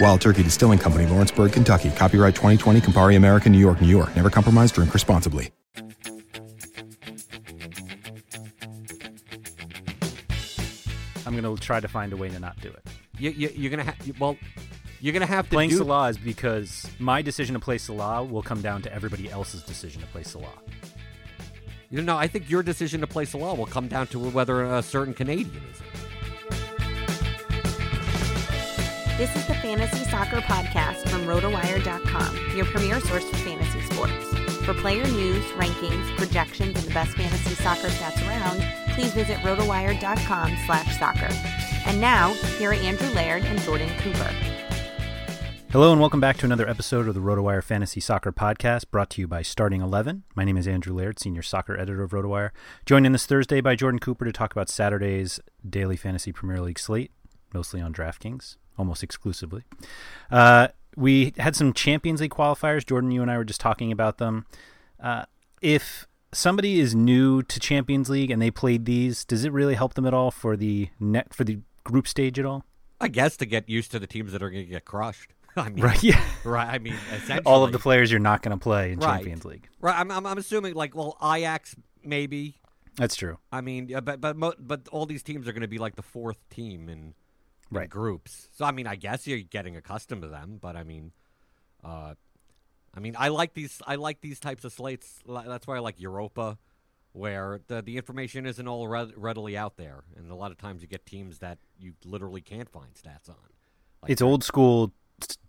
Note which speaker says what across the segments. Speaker 1: Wild Turkey Distilling Company, Lawrenceburg, Kentucky. Copyright 2020, Campari American, New York, New York. Never compromise, drink responsibly.
Speaker 2: I'm gonna try to find a way to not do it.
Speaker 3: you, you, you're gonna have well, you're gonna have to
Speaker 2: Playing
Speaker 3: do
Speaker 2: Salah is because my decision to play Salah will come down to everybody else's decision to play Salah.
Speaker 3: You know, I think your decision to play Salah will come down to whether a certain Canadian is.
Speaker 4: This is the Fantasy Soccer Podcast from RotoWire.com, your premier source for fantasy sports. For player news, rankings, projections, and the best fantasy soccer stats around, please visit RotoWire.com slash soccer. And now, here are Andrew Laird and Jordan Cooper.
Speaker 2: Hello and welcome back to another episode of the RotoWire Fantasy Soccer Podcast, brought to you by Starting Eleven. My name is Andrew Laird, senior soccer editor of RotoWire. Joined in this Thursday by Jordan Cooper to talk about Saturday's daily fantasy Premier League slate, mostly on DraftKings, almost exclusively. Uh, we had some Champions League qualifiers. Jordan, you and I were just talking about them. Uh, if somebody is new to Champions League and they played these, does it really help them at all for the net for the group stage at all?
Speaker 3: I guess to get used to the teams that are gonna get crushed. I mean,
Speaker 2: Right. Yeah.
Speaker 3: Right. I mean, essentially,
Speaker 2: all of the players you're not going to play in
Speaker 3: Right.
Speaker 2: Champions League.
Speaker 3: Right. I'm, I'm, I'm assuming like well, Ajax maybe.
Speaker 2: That's true.
Speaker 3: I mean, yeah, but but mo- but all these teams are gonna be like the fourth team in, in
Speaker 2: Right.
Speaker 3: groups. So I mean, I guess you're getting accustomed to them. But I mean, uh, I mean, I like these. I like these types of slates. Li- That's why I like Europa, where the the information isn't all read, readily out there, and a lot of times you get teams that you literally can't find stats on. Like
Speaker 2: it's old school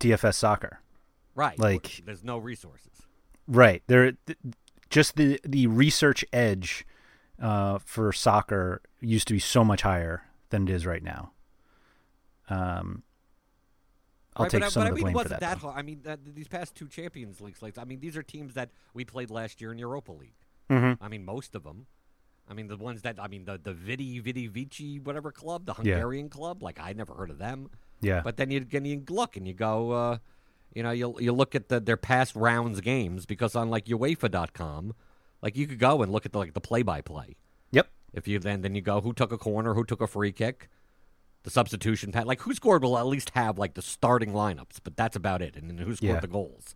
Speaker 2: DFS soccer.
Speaker 3: Right.
Speaker 2: Like-
Speaker 3: there's no resources.
Speaker 2: Right. There th- just the the research edge uh, for soccer used to be so much higher than it is right now. Um I'll
Speaker 3: right,
Speaker 2: take
Speaker 3: but, I-
Speaker 2: some of
Speaker 3: but I
Speaker 2: the
Speaker 3: mean,
Speaker 2: blame for that.
Speaker 3: wasn't that
Speaker 2: though.
Speaker 3: hard. I mean, that, these past two Champions League slates. I mean, these are teams that we played last year in Europa League.
Speaker 2: Mhm.
Speaker 3: I mean, most of them. I mean, the ones that I mean, the the Vidi Vidi Vici whatever club, the
Speaker 2: Yeah.
Speaker 3: Hungarian club. Like I never heard of them.
Speaker 2: Mm-hmm. Yeah.
Speaker 3: But then you and you look and you go, uh, you know, you you look at the, their past rounds games because on like UEFA.com, like you could go and look at the, like the play by play.
Speaker 2: yep.
Speaker 3: If you then then you go, who took a corner, who took a free kick, the substitution pat, like who scored will at least have like the starting lineups, but that's about it, and then who scored
Speaker 2: Yeah.
Speaker 3: the goals.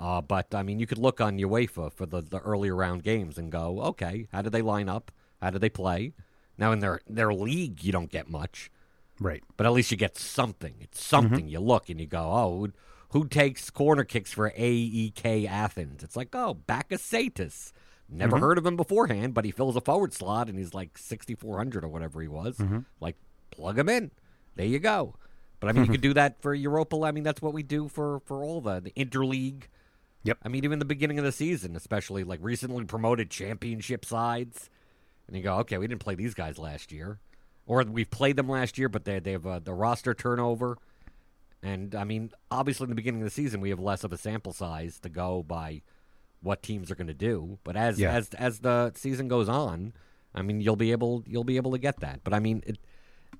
Speaker 3: Uh, but I mean, you could look on UEFA for the, the earlier round games and go, okay, how did they line up? How did they play? Now in their their league, you don't get much,
Speaker 2: Right.
Speaker 3: But at least you get something. It's something. You look and you go, oh, who, who takes corner kicks for AEK Athens? It's like, oh, Bacchasatis. Never heard of him beforehand, but he fills a forward slot and he's like 6,400 or whatever he was. Like, plug him in. There you go. But I mean, you could do that for Europa. I mean, that's what we do for, for all the, the interleague.
Speaker 2: Yep.
Speaker 3: I mean, even the beginning of the season, especially like recently promoted championship sides, and you go, okay, we didn't play these guys last year, or we played them last year, but they they have uh, the roster turnover, and I mean, obviously in the beginning of the season, we have less of a sample size to go by what teams are going to do. But as
Speaker 2: Yeah.
Speaker 3: as as the season goes on, I mean, you'll be able you'll be able to get that. But I mean, it,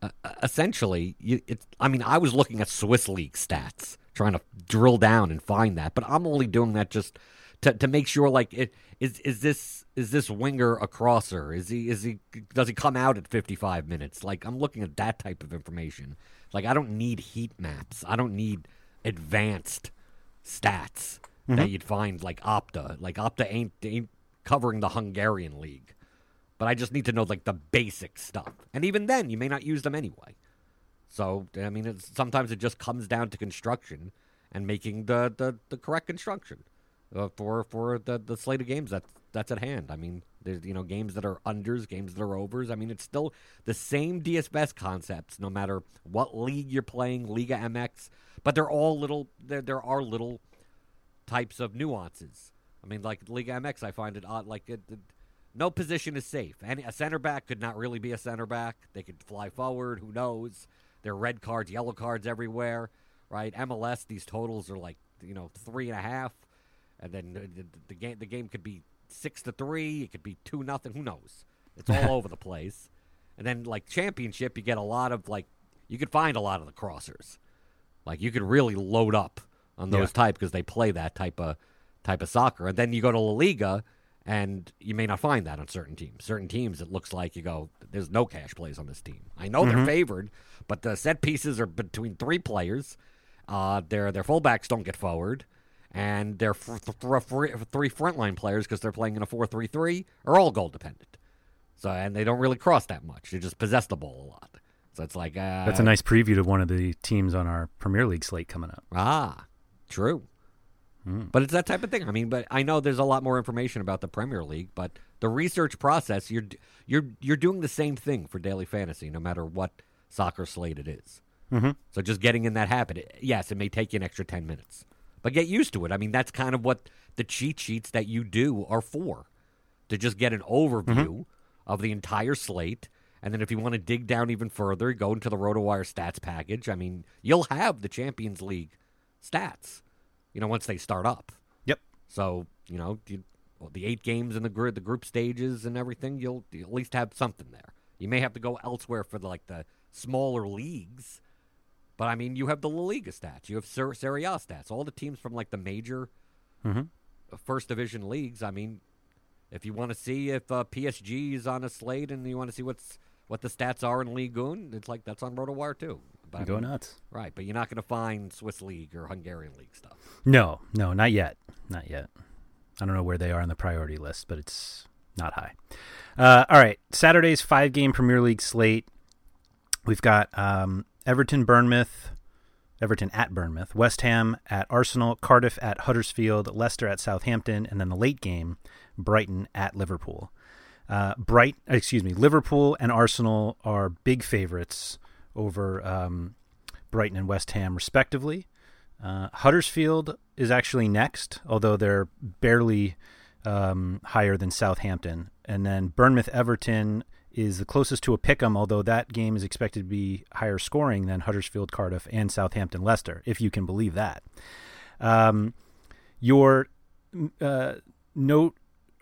Speaker 3: uh, essentially, you, it, I mean, I was looking at Swiss league stats, trying to drill down and find that, but I'm only doing that just to, to make sure, like, it, is is this is this winger a crosser? Is he is he does he come out at 55 minutes? Like, I'm looking at that type of information. Like, I don't need heat maps. I don't need advanced stats that you'd find like Opta. Like Opta ain't ain't covering the Hungarian league. But I just need to know like the basic stuff. And even then, you may not use them anyway. So I mean, it's, sometimes it just comes down to construction and making the the, the correct construction uh, for for the the slate of games that's that's at hand. I mean, there's you know games that are unders, games that are overs. I mean, it's still the same DSBS concepts, no matter what league you're playing, Liga MX. But they're all little. There there are little types of nuances. I mean, like Liga MX, I find it odd. Like, it, it- no position is safe. And a center back could not really be a center back. They could fly forward. Who knows? There are red cards, yellow cards everywhere, right? MLS, these totals are like you know three and a half, and then the, the, the game the game could be six to three. It could be two nothing. Who knows? It's all over the place. And then like championship, you get a lot of like you could find a lot of the crossers. Like you could really load up on those type because they play that type of type of soccer. And then you go to La Liga, and you may not find that on certain teams. Certain teams, it looks like you go, there's no cash plays on this team. I know they're favored, but the set pieces are between three players. Uh, their their fullbacks don't get forward, and their f- th- th- free- three frontline players because they're playing in a four three three are all goal dependent. So and they don't really cross that much. They just possess the ball a lot. So it's like uh,
Speaker 2: That's a nice preview to one of the teams on our Premier League slate coming up.
Speaker 3: Ah, true. But it's that type of thing. I mean, but I know there's a lot more information about the Premier League, but the research process you're d- you're you're doing the same thing for daily fantasy, no matter what soccer slate it is. So just getting in that habit. it- yes, it may take you an extra ten minutes, but get used to it. I mean, that's kind of what the cheat sheets that you do are for, to just get an overview of the entire slate. And then if you want to dig down even further, go into the RotoWire stats package. I mean, you'll have the Champions League stats, you know, once they start up.
Speaker 2: Yep.
Speaker 3: So you know you, well, the eight games in the group, the group stages, and everything. You'll, you at least have something there. You may have to go elsewhere for the, like the smaller leagues, but I mean, you have the La Liga stats, you have Ser- Serie A stats, all the teams from like the major
Speaker 2: Mm-hmm.
Speaker 3: first division leagues. I mean, if you want to see if uh, PSG is on a slate and you want to see what's what the stats are in Ligue 1, it's like that's on RotoWire too. But I
Speaker 2: Go
Speaker 3: mean,
Speaker 2: nuts.
Speaker 3: Right, but you're not going to find Swiss League or Hungarian League stuff.
Speaker 2: No, no, not yet. Not yet. I don't know where they are on the priority list, but it's not high. Uh, all right. Saturday's five game Premier League slate. We've got um, Everton, Bournemouth, Everton at Bournemouth, West Ham at Arsenal, Cardiff at Huddersfield, Leicester at Southampton, and then the late game, Brighton at Liverpool. Uh, Bright, excuse me, Liverpool and Arsenal are big favorites over um, Brighton and West Ham, respectively. Uh, Huddersfield is actually next, although they're barely um, higher than Southampton. And then Bournemouth Everton is the closest to a pick 'em, although that game is expected to be higher scoring than Huddersfield Cardiff and Southampton Leicester, if you can believe that. Um, your m- uh, note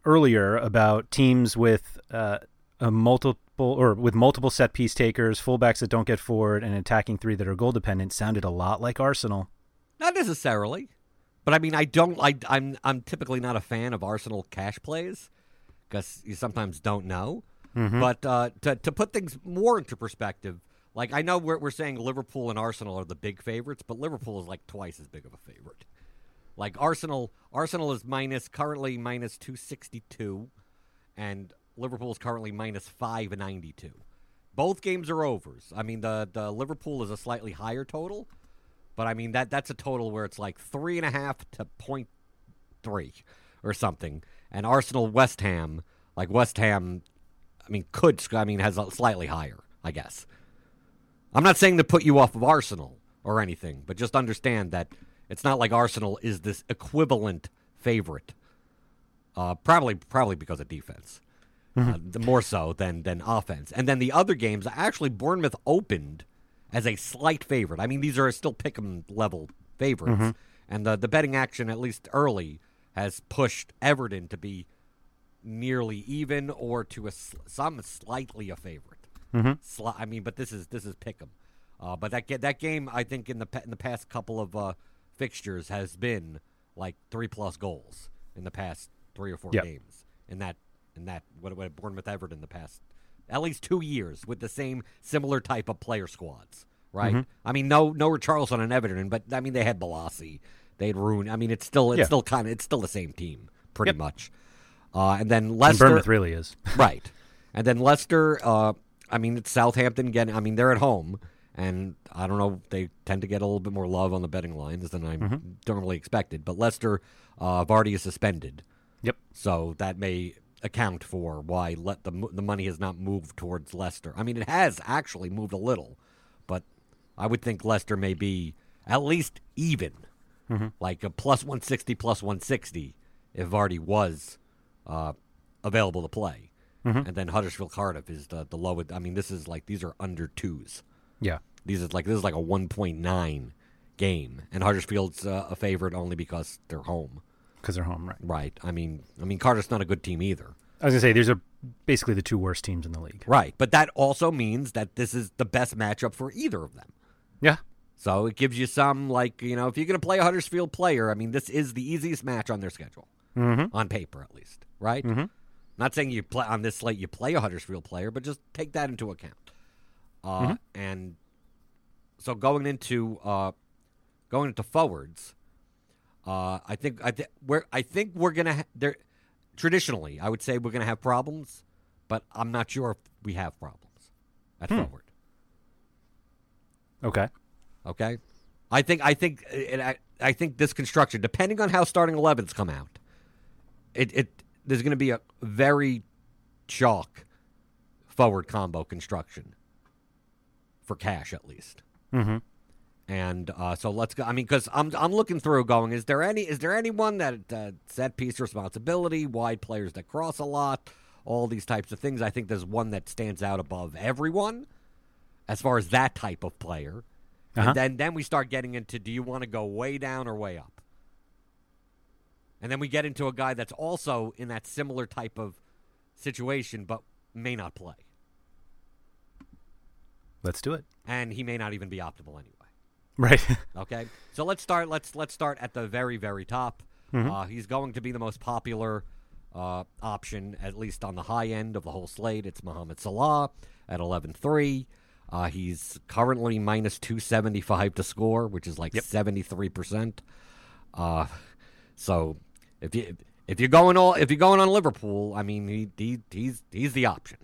Speaker 2: earlier about teams with uh, a multiple or with multiple set piece takers, fullbacks that don't get forward, and attacking three that are goal dependent sounded a lot like Arsenal.
Speaker 3: Not necessarily, but I mean, I don't. I, I'm I'm typically not a fan of Arsenal cash plays because you sometimes don't know. But uh, to to put things more into perspective, like I know we're we're saying Liverpool and Arsenal are the big favorites, but Liverpool is like twice as big of a favorite. Like Arsenal, Arsenal is minus currently minus two sixty two, and Liverpool is currently minus five ninety two. Both games are overs. I mean, the the Liverpool is a slightly higher total, but I mean that that's a total where it's like three and a half to point three or something. And Arsenal West Ham, like West Ham, I mean could sc- I mean has a slightly higher, I guess. I'm not saying to put you off of Arsenal or anything, but just understand that it's not like Arsenal is this equivalent favorite. Uh, probably, probably because of defense, uh, the more so than than offense. And then the other games, actually, Bournemouth opened as a slight favorite. I mean, these are still pick'em level favorites, and the the betting action, at least early, has pushed Everton to be nearly even or to a sl- some slightly a favorite.
Speaker 2: Mm-hmm.
Speaker 3: Sli- I mean, but this is this is Pickham. Uh, but that ga- that game, I think in the pa- in the past couple of uh, fixtures has been like three plus goals in the past three or four
Speaker 2: Yep.
Speaker 3: games. In that in that what what Bournemouth Everton the past at least two years with the same similar type of player squads, right?
Speaker 2: Mm-hmm.
Speaker 3: I mean, no no Richarlison and Everton, but I mean they had Bellassi, they had Rooney. I mean, it's still it's
Speaker 2: Yeah.
Speaker 3: still kind of it's still the same team pretty much. Uh, and then Leicester,
Speaker 2: And Bournemouth really is.
Speaker 3: right? And then Leicester. Uh, I mean, it's Southampton again. I mean, they're at home, and I don't know. They tend to get a little bit more love on the betting lines than I normally expected. But Leicester, uh, Vardy is suspended,
Speaker 2: Yep.
Speaker 3: so that may account for why let the mo- the money has not moved towards Leicester. I mean, it has actually moved a little, but I would think Leicester may be at least even, like a plus one sixty, plus one sixty, if Vardy was uh, available to play. And then Huddersfield Cardiff is the the lowest. I mean, this is like these are under twos.
Speaker 2: Yeah.
Speaker 3: These is like this is like a one point nine game, and Huddersfield's uh, a favorite only because they're home.
Speaker 2: Because they're home, right?
Speaker 3: Right. I mean, I mean, Carter's not a good team either.
Speaker 2: I was gonna say these are basically the two worst teams in the league.
Speaker 3: Right. But that also means that this is the best matchup for either of them.
Speaker 2: Yeah.
Speaker 3: So it gives you some like you know if you're going to play a Huddersfield player, I mean, this is the easiest match on their schedule, on paper at least. Right. Not saying you play on this slate you play a Huddersfield player, but just take that into account. Uh, And so going into uh, going into forwards, uh, I think I th- we're I think we're gonna ha- there. Traditionally, I would say we're gonna have problems, but I'm not sure if we have problems at forward.
Speaker 2: Okay.
Speaker 3: Okay, I think I think and I, I think this construction, depending on how starting 11s come out, it it there's gonna be a very chalk forward combo construction for cash at least.
Speaker 2: Mm-hmm.
Speaker 3: And uh, so let's go. I mean, because I'm I'm looking through, going, is there any is there anyone that uh, set piece responsibility, wide players that cross a lot, all these types of things. I think there's one that stands out above everyone, as far as that type of player.
Speaker 2: Uh-huh.
Speaker 3: And then then we start getting into, do you want to go way down or way up? And then we get into a guy that's also in that similar type of situation, but may not play,
Speaker 2: Let's do it.
Speaker 3: and he may not even be optimal anyway.
Speaker 2: Right.
Speaker 3: Okay, so let's start. Let's let's start at the very very top. Uh, he's going to be the most popular uh, option, at least on the high end of the whole slate. It's Mohamed Salah at eleven three. Uh, he's currently minus two seventy five to score, which is like seventy three percent. Uh, so if you if you're going all if you're going on Liverpool, I mean he, he he's he's the option.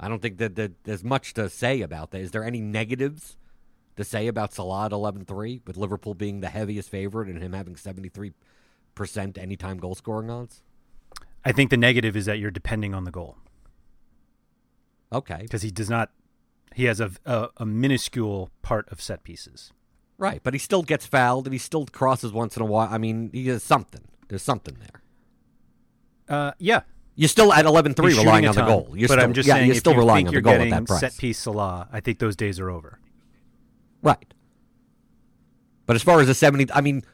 Speaker 3: I don't think that, that there's much to say about that. Is there any negatives to say about Salah at 11-3 with Liverpool being the heaviest favorite and him having 73% anytime goal scoring odds?
Speaker 2: I think the negative is that you're depending on the goal
Speaker 3: Okay.
Speaker 2: because he does not. He has a, a a minuscule part of set pieces.
Speaker 3: Right, but he still gets fouled and he still crosses once in a while. I mean, he has something. There's something there.
Speaker 2: Uh, yeah.
Speaker 3: You're still at 11-3
Speaker 2: He's shooting
Speaker 3: relying
Speaker 2: a
Speaker 3: on the
Speaker 2: ton,
Speaker 3: goal. You're
Speaker 2: but
Speaker 3: still,
Speaker 2: I'm just
Speaker 3: yeah,
Speaker 2: saying,
Speaker 3: you're still
Speaker 2: if you
Speaker 3: relying
Speaker 2: think
Speaker 3: on
Speaker 2: you're
Speaker 3: the goal
Speaker 2: getting
Speaker 3: at that price.
Speaker 2: set piece Salah, I think those days are over.
Speaker 3: Right. But as far as the 70, I mean,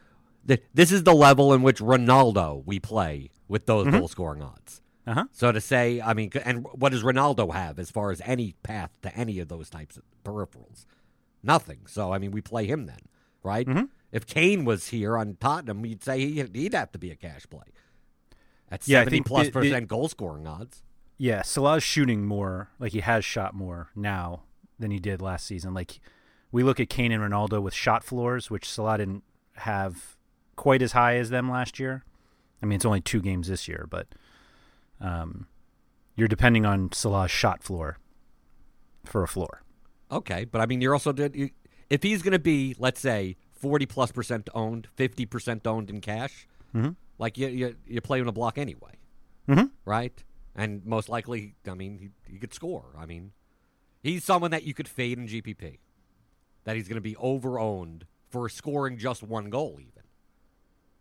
Speaker 3: th- this is the level in which Ronaldo we play with those
Speaker 2: Mm-hmm.
Speaker 3: goal scoring odds.
Speaker 2: Uh huh.
Speaker 3: So to say, I mean, c- and what does Ronaldo have as far as any path to any of those types of peripherals? Nothing. So I mean, we play him then, right?
Speaker 2: Mm-hmm.
Speaker 3: If Kane was here on Tottenham, you'd say he, he'd have to be a cash play at
Speaker 2: Yeah, I
Speaker 3: seventy
Speaker 2: think
Speaker 3: plus
Speaker 2: the- the-
Speaker 3: percent goal scoring odds.
Speaker 2: Yeah, Salah's shooting more. Like he has shot more now than he did last season. Like we look at Kane and Ronaldo with shot floors, which Salah didn't have quite as high as them last year. I mean, it's only two games this year, but um, you're depending on Salah's shot floor for a floor.
Speaker 3: Okay, but I mean, you're also did you, if he's going to be, let's say, forty plus percent owned, fifty percent owned in cash, like you, you you play on a block anyway,
Speaker 2: Mhm.
Speaker 3: right? And most likely, I mean, he, he could score. I mean, he's someone that you could fade in GPP. That he's going to be over owned for scoring just one goal, even,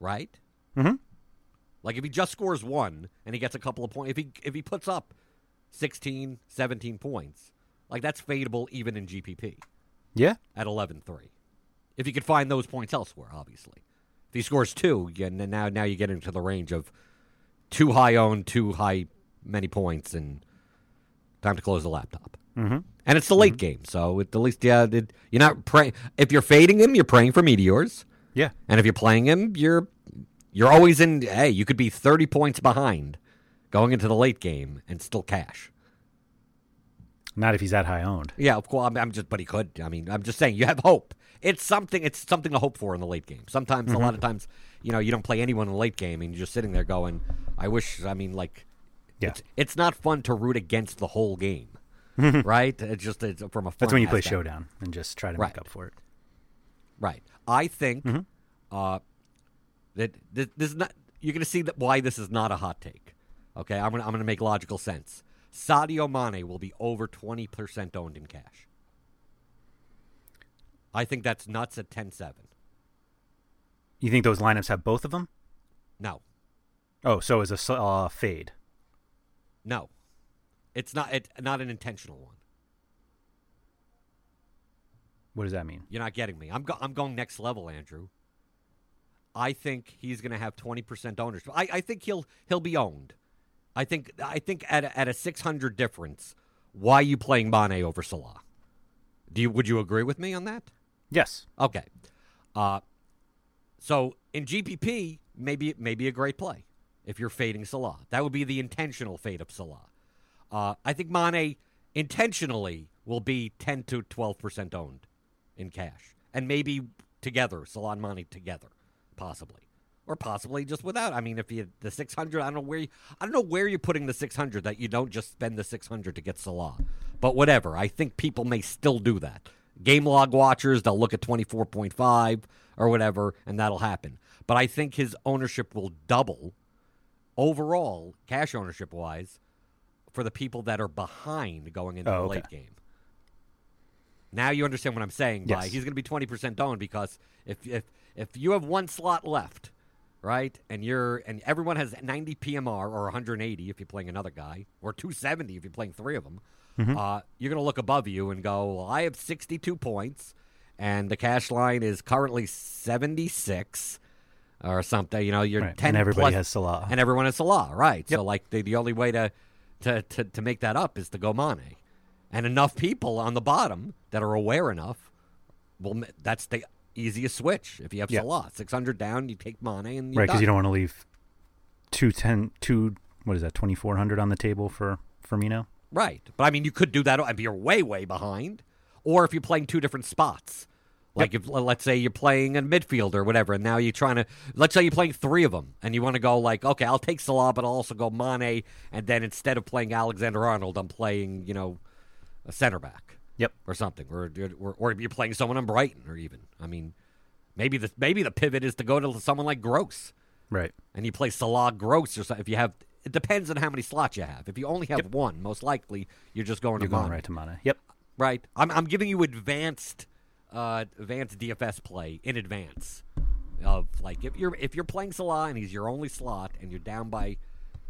Speaker 3: right?
Speaker 2: Mhm.
Speaker 3: Like if he just scores one and he gets a couple of points, if he if he puts up 16, 17 points, like that's fadeable even in GPP
Speaker 2: Yeah.
Speaker 3: at 11-3. If you could find those points elsewhere, obviously. If he scores two, yeah, n- now now you get into the range of too high owned, too high many points, and time to close the laptop. Mm-hmm. And it's the late game, so at the least, yeah, it, you're not praying. If you're fading him, you're praying for meteors,
Speaker 2: Yeah.
Speaker 3: and if you're playing him, you're you're always in. Hey, you could be 30 points behind going into the late game and still cash.
Speaker 2: Not if he's that high owned.
Speaker 3: Yeah, of course. I'm, I'm just, but he could. I mean, I'm just saying, you have hope. It's something. It's something to hope for in the late game. Sometimes, a
Speaker 2: Mm-hmm.
Speaker 3: lot of times, you know, you don't play anyone in the late game, and you're just sitting there going, "I wish." I mean, like,
Speaker 2: Yeah.
Speaker 3: it's, it's not fun to root against the whole game, right? It's just it's from a. Fun
Speaker 2: That's when you play
Speaker 3: aspect.
Speaker 2: showdown and just try to
Speaker 3: Right.
Speaker 2: make up for it.
Speaker 3: Right. I think uh, that this, this is not. You're going to see that why this is not a hot take. Okay, I'm going to I'm going to make logical sense. Sadio Mane will be over 20% owned in cash. I think that's nuts at 10-7.
Speaker 2: You think those lineups have both of them?
Speaker 3: No.
Speaker 2: Oh, so is a s- uh, fade.
Speaker 3: No. It's not it, not an intentional one.
Speaker 2: What does that mean?
Speaker 3: You're not getting me. I'm go- I'm going next level, Andrew. I think he's going to have 20% ownership. I, I think he'll he'll be owned. I think I think at a, at a 600 difference, why are you playing Mane over Salah? Do you would you agree with me on that?
Speaker 2: Yes.
Speaker 3: Okay. Uh, so in GPP, maybe maybe a great play if you're fading Salah. That would be the intentional fade of Salah. Uh, I think Mane intentionally will be 10 to 12 percent owned in cash, and maybe together Salah and Mane together, possibly, or possibly just without. I mean, if you the 600, I don't know where you, I don't know where you're putting the 600 that you don't just spend the 600 to get Salah, but whatever. I think people may still do that. Game log watchers, they'll look at 24.5 or whatever, and that'll happen. But I think his ownership will double overall, cash ownership wise, for the people that are behind going into
Speaker 2: Oh,
Speaker 3: the
Speaker 2: okay.
Speaker 3: late game. Now you understand what I'm saying by
Speaker 2: Yes.
Speaker 3: he's going to be 20% owned because if if if you have one slot left, right? And you're and everyone has 90 PMR or 180 if you're playing another guy or 270 if you're playing three of them.
Speaker 2: Mm-hmm.
Speaker 3: Uh, you're going to look above you and go, well, "I have 62 points and the cash line is currently 76." Or something, you know, you're
Speaker 2: Right, and
Speaker 3: 10
Speaker 2: everybody
Speaker 3: plus-
Speaker 2: has Salah.
Speaker 3: and everyone has Salah, right? So like the, the only way to, to to to make that up is to go Mane, and enough people on the bottom that are aware enough. Well, that's the easiest switch. If you have
Speaker 2: Yeah.
Speaker 3: Salah, six hundred down, you take Mane, and you're
Speaker 2: Right, because you
Speaker 3: done.
Speaker 2: don't want to leave two ten two what is that twenty four hundred on the table for Firmino.
Speaker 3: Right. But I mean, you could do that if you're way, way behind, or if you're playing two different spots. Like if let's say you're playing a midfielder or whatever, and now you're trying to let's say you're playing three of them, and you want to go like, okay, I'll take Salah, but I'll also go Mane, and then instead of playing Alexander Arnold, I'm playing you know a center back
Speaker 2: Yep.
Speaker 3: or something, or or, or you're playing someone on Brighton, or even I mean, maybe the maybe the pivot is to go to someone like Gross
Speaker 2: Right.
Speaker 3: and you play Salah Gross or something. If you have, it depends on how many slots you have. If you only have one, most likely you're just going
Speaker 2: You're
Speaker 3: to
Speaker 2: going
Speaker 3: Mane.
Speaker 2: right to Mana. Yep.
Speaker 3: Right. I'm, I'm giving you advanced, uh, advanced DFS play in advance of like if you're if you're playing Salah and he's your only slot and you're down by,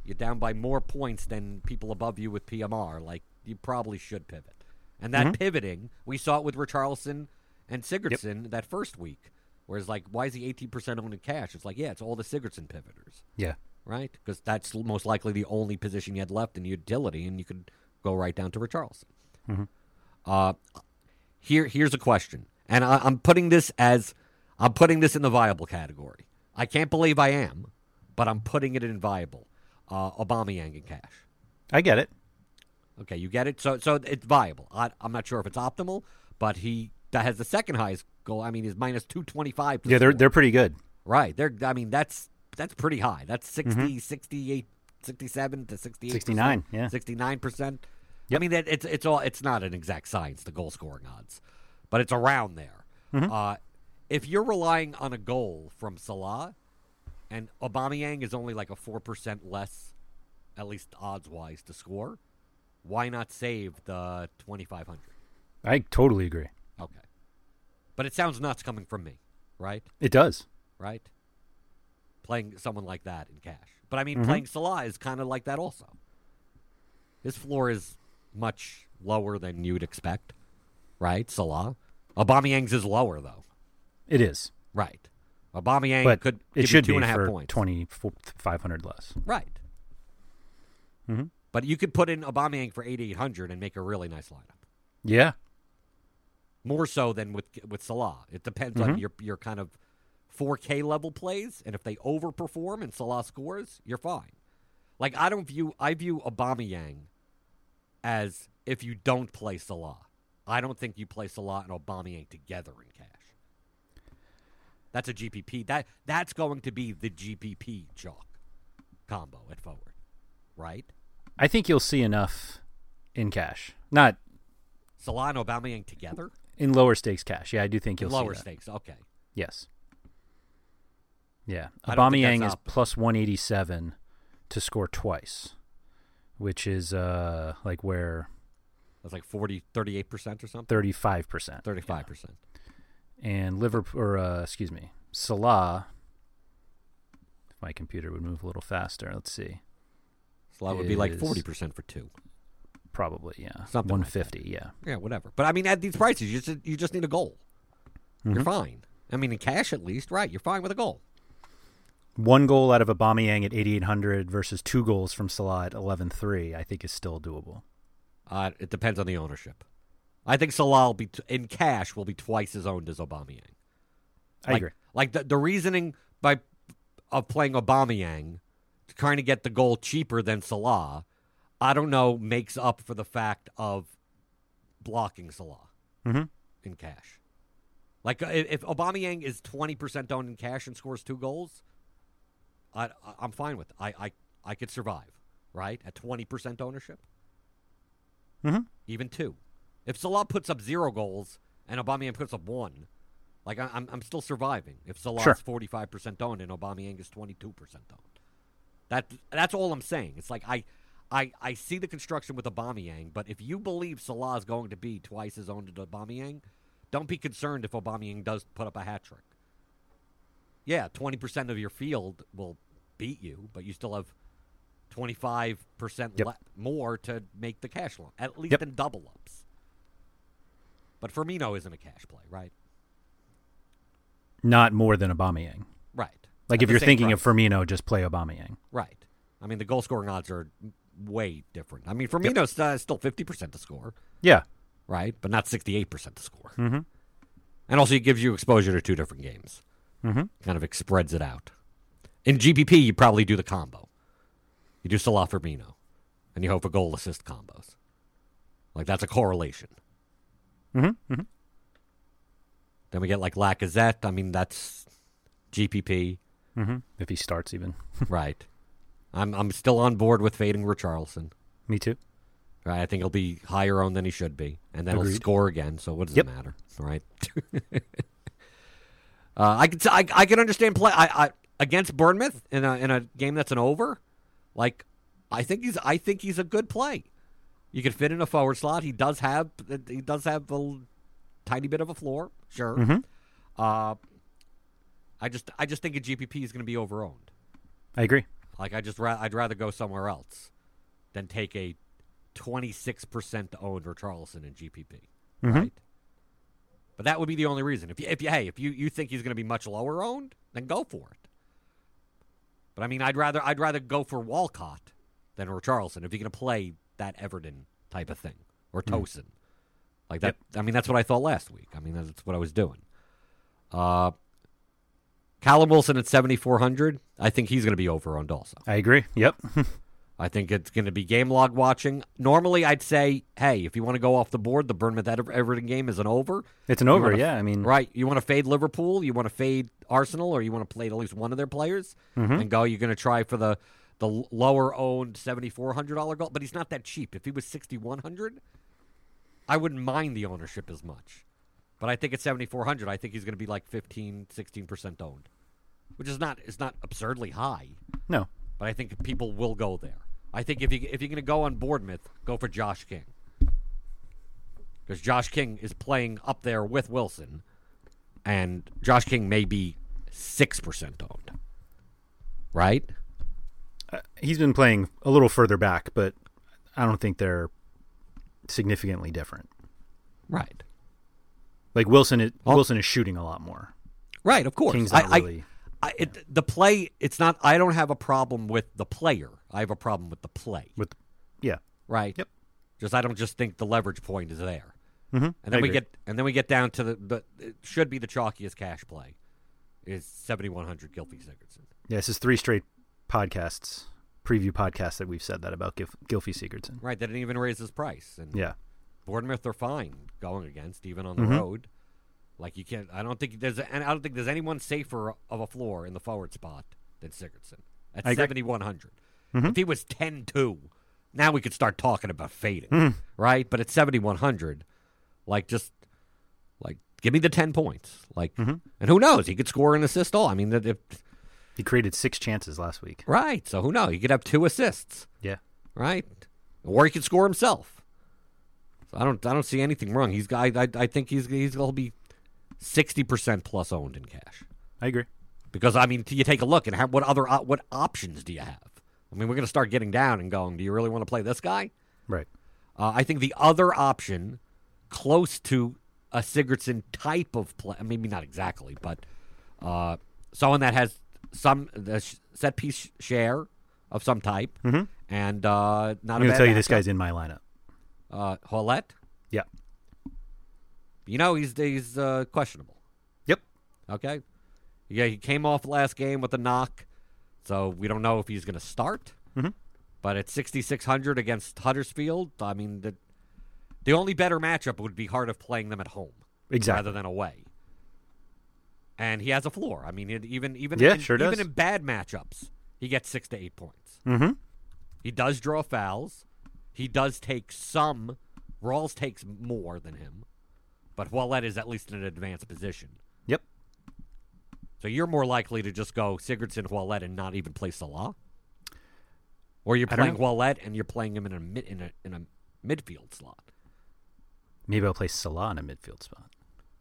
Speaker 3: you're down by more points than people above you with PMR. Like you probably should pivot, and that pivoting we saw it with Richarlison and Sigurdsson that first week. Whereas like why is he 18 percent owned in cash? It's like yeah, it's all the Sigurdsson pivoters
Speaker 2: Yeah.
Speaker 3: right? Because that's l- most likely the only position you had left in utility, and you could go right down to Richarlison.
Speaker 2: Mm-hmm.
Speaker 3: Uh, here, here's a question, and I, I'm putting this as I'm putting this in the viable category. I can't believe I am, but I'm putting it in viable. Uh, Aubameyang and cash.
Speaker 2: I get it.
Speaker 3: Okay, you get it. So, so it's viable. I, I'm not sure if it's optimal, but he that has the second highest goal. I mean, he's minus two twenty five.
Speaker 2: Yeah, they're they're pretty good.
Speaker 3: Right. They're I mean that's that's pretty
Speaker 2: Mm-hmm.
Speaker 3: high. That's 60 68 67 to 68
Speaker 2: 69, yeah.
Speaker 3: 69%.
Speaker 2: Yep.
Speaker 3: I mean, that it's it's all it's not an exact science, the goal scoring odds, but it's around there.
Speaker 2: Mm-hmm.
Speaker 3: Uh, if you're relying on a goal from Salah, and Aubameyang is only like a four percent less, at least odds wise, to score, why not save the twenty five hundred?
Speaker 2: I totally agree.
Speaker 3: Okay, but it sounds nuts coming from me, right?
Speaker 2: It does.
Speaker 3: Right? Playing someone like that in cash, but I mean,
Speaker 2: Mm-hmm.
Speaker 3: playing Salah is kind of like that also. His floor is much lower than you'd expect, right? Salah, Aubameyang's is lower though,
Speaker 2: It is.
Speaker 3: right? Aubameyang
Speaker 2: But
Speaker 3: could
Speaker 2: it
Speaker 3: give
Speaker 2: should
Speaker 3: you two
Speaker 2: be
Speaker 3: and a half
Speaker 2: for
Speaker 3: points.
Speaker 2: 2,500 less.
Speaker 3: Right.
Speaker 2: Mhm.
Speaker 3: But you could put in Aubameyang for 8,800 and make a really nice lineup.
Speaker 2: Yeah.
Speaker 3: More so than with with Salah. It depends
Speaker 2: Mm-hmm.
Speaker 3: on your your kind of 4K level plays, and if they overperform and Salah scores, you're fine. Like I don't view I view Aubameyang as if you don't play Salah. I don't think you play Salah and Aubameyang together in cash. That's a GPP. That that's going to be the GPP chalk combo at forward, right?
Speaker 2: I think you'll see enough in cash. Not
Speaker 3: Salah and Aubameyang together?
Speaker 2: in lower stakes cash. Yeah, I do think you'll
Speaker 3: Lower
Speaker 2: see that.
Speaker 3: stakes. Okay.
Speaker 2: Yes. Yeah.
Speaker 3: I don't think
Speaker 2: Aubameyang
Speaker 3: that's
Speaker 2: is
Speaker 3: up.
Speaker 2: plus 187 to score twice, which is uh like where
Speaker 3: That's like 40, 38% or something.
Speaker 2: 35%.
Speaker 3: 35%.
Speaker 2: And Liverpool or uh, excuse me, Salah if my computer would move a little faster. Let's see.
Speaker 3: Salah would be like
Speaker 2: Is-
Speaker 3: 40% for two.
Speaker 2: Probably, yeah.
Speaker 3: Something like that.
Speaker 2: 150, yeah.
Speaker 3: Yeah, whatever. But I mean, at these prices, you just, you just need a goal.
Speaker 2: Mm-hmm.
Speaker 3: You're fine. I mean, in cash at least, right? You're fine with a goal.
Speaker 2: One goal out of Aubameyang at 8800 versus two goals from Salah at 11.3 I think is still doable.
Speaker 3: Uh, it depends on the ownership. I think Salah will be t- in cash will be twice as owned as Aubameyang.
Speaker 2: I
Speaker 3: like,
Speaker 2: agree.
Speaker 3: Like the, the reasoning by of playing Aubameyang, trying to get the goal cheaper than Salah, I don't know makes up for the fact of blocking Salah
Speaker 2: Mhm.
Speaker 3: in cash. Like i- if Aubameyang is twenty percent owned in cash and scores two goals, I, I- I'm fine with. It. I I I could survive, right? At twenty percent ownership,
Speaker 2: Mhm.
Speaker 3: even two. If Salah puts up zero goals and Aubameyang puts up one, like I, I'm, I'm still surviving. If Salah's
Speaker 2: Sure.
Speaker 3: 45% owned and Aubameyang is 22% owned, that that's all I'm saying. It's like I, I, I see the construction with Aubameyang, but if you believe Salah is going to be twice as owned as Aubameyang, don't be concerned if Aubameyang does put up a hat trick. Yeah, 20% of your field will beat you, but you still have 25%
Speaker 2: Yep.
Speaker 3: le- more to make the cash loan, at least
Speaker 2: Yep.
Speaker 3: in double ups. But Firmino isn't a cash play, right?
Speaker 2: Not more than Aubameyang.
Speaker 3: Right.
Speaker 2: Like
Speaker 3: At
Speaker 2: if
Speaker 3: the
Speaker 2: you're
Speaker 3: same
Speaker 2: thinking
Speaker 3: price.
Speaker 2: of Firmino, just play Aubameyang.
Speaker 3: Right. I mean, the goal scoring odds are way different. I mean, Firmino's uh, still 50% to score,
Speaker 2: Yeah,
Speaker 3: right? But not 68% to score. Mm-hmm. And also, it gives you exposure to two different games.
Speaker 2: Mhm.
Speaker 3: Kind of spreads it out. In GPP, you probably do the combo. You do Salah Firmino, and you hope for goal assist combos. Like, that's a correlation.
Speaker 2: Mm-hmm.
Speaker 3: Then we get like Lacazette. I mean, that's GPP,
Speaker 2: Mm-hmm. If he starts, even
Speaker 3: right? I'm I'm still on board with fading Richarlison.
Speaker 2: me too.
Speaker 3: Right, I think he'll be higher owned than he should be, and then he'll
Speaker 2: Agreed.
Speaker 3: score again. So what does
Speaker 2: Yep.
Speaker 3: it matter, right? uh, I could I, I can understand play I, I against Bournemouth in a in a game that's an over. Like I think he's I think he's a good play. You could fit in a forward slot. He does have he does have a l- tiny bit of a floor, sure.
Speaker 2: Mm-hmm.
Speaker 3: Uh, I just I just think a GPP is going to be overowned.
Speaker 2: I agree.
Speaker 3: Like I just ra- I'd rather go somewhere else than take a 26% owned Richarlison in GPP, right? But that would be the only reason. If you, if you hey, if you, you think he's going to be much lower owned, then go for it. But I mean, I'd rather I'd rather go for Walcott than Richarlison if you're going to play that Everton type of thing or Tosin. Like that I mean, that's what I thought last week. I mean, that's what I was doing. Uh Callum Wilson at 7400, I think he's going to be overowned also.
Speaker 2: I agree. Yep.
Speaker 3: I think it's going to be game log watching. Normally, I'd say, hey, if you want to go off the board, the Bournemouth Ever- Everton game is an over.
Speaker 2: it's an
Speaker 3: You
Speaker 2: over.
Speaker 3: wanna-
Speaker 2: yeah. I mean,
Speaker 3: right. You want to fade
Speaker 2: Mm-hmm.
Speaker 3: Liverpool, you want to fade Arsenal, or you want to play at least one of their players and go. You're going to try for the the l- lower owned seventy four hundred dollar golf, but he's not that cheap. If he was sixty one hundred, I wouldn't mind the ownership as much. But I think at seventy four hundred, I think he's going to be like 15 16 percent owned, which is not is not absurdly high.
Speaker 2: No.
Speaker 3: But I think people will go there. I think if you if you're going to go on Bournemouth, go for Josh King because Josh King is playing up there with Wilson, and Josh King may be six percent owned, right?
Speaker 2: He's been playing a little further back, but I don't think they're significantly different.
Speaker 3: Right,
Speaker 2: Like Wilson is,
Speaker 3: Oh.
Speaker 2: Wilson is shooting a lot more.
Speaker 3: right. Of course,
Speaker 2: King's
Speaker 3: I,
Speaker 2: not
Speaker 3: I-
Speaker 2: really-
Speaker 3: I- it- the play. It's not. I don't have a problem with the player. I have a problem with the play.
Speaker 2: With yeah.
Speaker 3: right?
Speaker 2: Yep.
Speaker 3: Just I don't just think the leverage point is there.
Speaker 2: Mm-hmm.
Speaker 3: And then we get and then we get down to the, the it should be the chalkiest cash play is seventy one hundred Gilfie Sigurdsson.
Speaker 2: Yeah, this is three straight podcasts, preview podcasts that we've said that about Gilf- Gilfie Sigurdsson.
Speaker 3: Right, they didn't even raise his price. And
Speaker 2: Yeah.
Speaker 3: Bournemouth are fine going against, even on the
Speaker 2: Mm-hmm.
Speaker 3: road. Like you can't. I don't think there's. And I don't think there's anyone safer of a floor in the forward spot than Sigurdsson at
Speaker 2: I agree. Mm-hmm.
Speaker 3: 7,100. If he was 10-2, now we could start talking about fading,
Speaker 2: Mm-hmm.
Speaker 3: right? But at 7,100, like just like give me the 10 points, like,
Speaker 2: Mm-hmm.
Speaker 3: and who knows? He could score and assist all. I mean, that if,
Speaker 2: He created six chances last week.
Speaker 3: right? So who knows? He could have two assists
Speaker 2: Yeah.
Speaker 3: right? Or he could score himself. So I don't I don't see anything wrong. He's I I, I think he's he's gonna be sixty percent plus owned in cash
Speaker 2: I agree.
Speaker 3: because I mean you take a look and how, what other op- what options do you have? I mean we're gonna start getting down and going. Do you really want to play this guy?
Speaker 2: Right.
Speaker 3: Uh, I think the other option, close to a Sigurdsson type of play, maybe not exactly, but uh, someone that has some the sh- set piece share of some type, and uh, not.
Speaker 2: Mm-hmm. I'm
Speaker 3: a
Speaker 2: going
Speaker 3: bad
Speaker 2: to tell you this
Speaker 3: matchup.
Speaker 2: guy's in my lineup.
Speaker 3: Uh, Hollett,
Speaker 2: Yeah.
Speaker 3: you know he's he's uh, questionable.
Speaker 2: Yep.
Speaker 3: Okay, yeah, he came off last game with a knock, so we don't know if he's going to start.
Speaker 2: Mhm.
Speaker 3: But at sixty six hundred against Huddersfield, I mean the the only better matchup would be hard of playing them at home
Speaker 2: Exactly.
Speaker 3: rather than away. And he has a floor. I mean, it- even even
Speaker 2: Yeah,
Speaker 3: in,
Speaker 2: sure
Speaker 3: even
Speaker 2: does.
Speaker 3: in bad matchups, he gets six to eight points.
Speaker 2: mm-hmm.
Speaker 3: He does draw fouls. He does take some. Rawls takes more than him, but Wallet is at least in an advanced position.
Speaker 2: Yep.
Speaker 3: So you're more likely to just go Sigurdsson, Wallet, and not even play Salah, or you're
Speaker 2: I don't
Speaker 3: playing
Speaker 2: know.
Speaker 3: Wallet and you're playing him in a mid, in a in a midfield slot.
Speaker 2: Maybe I'll play Salah in a midfield spot.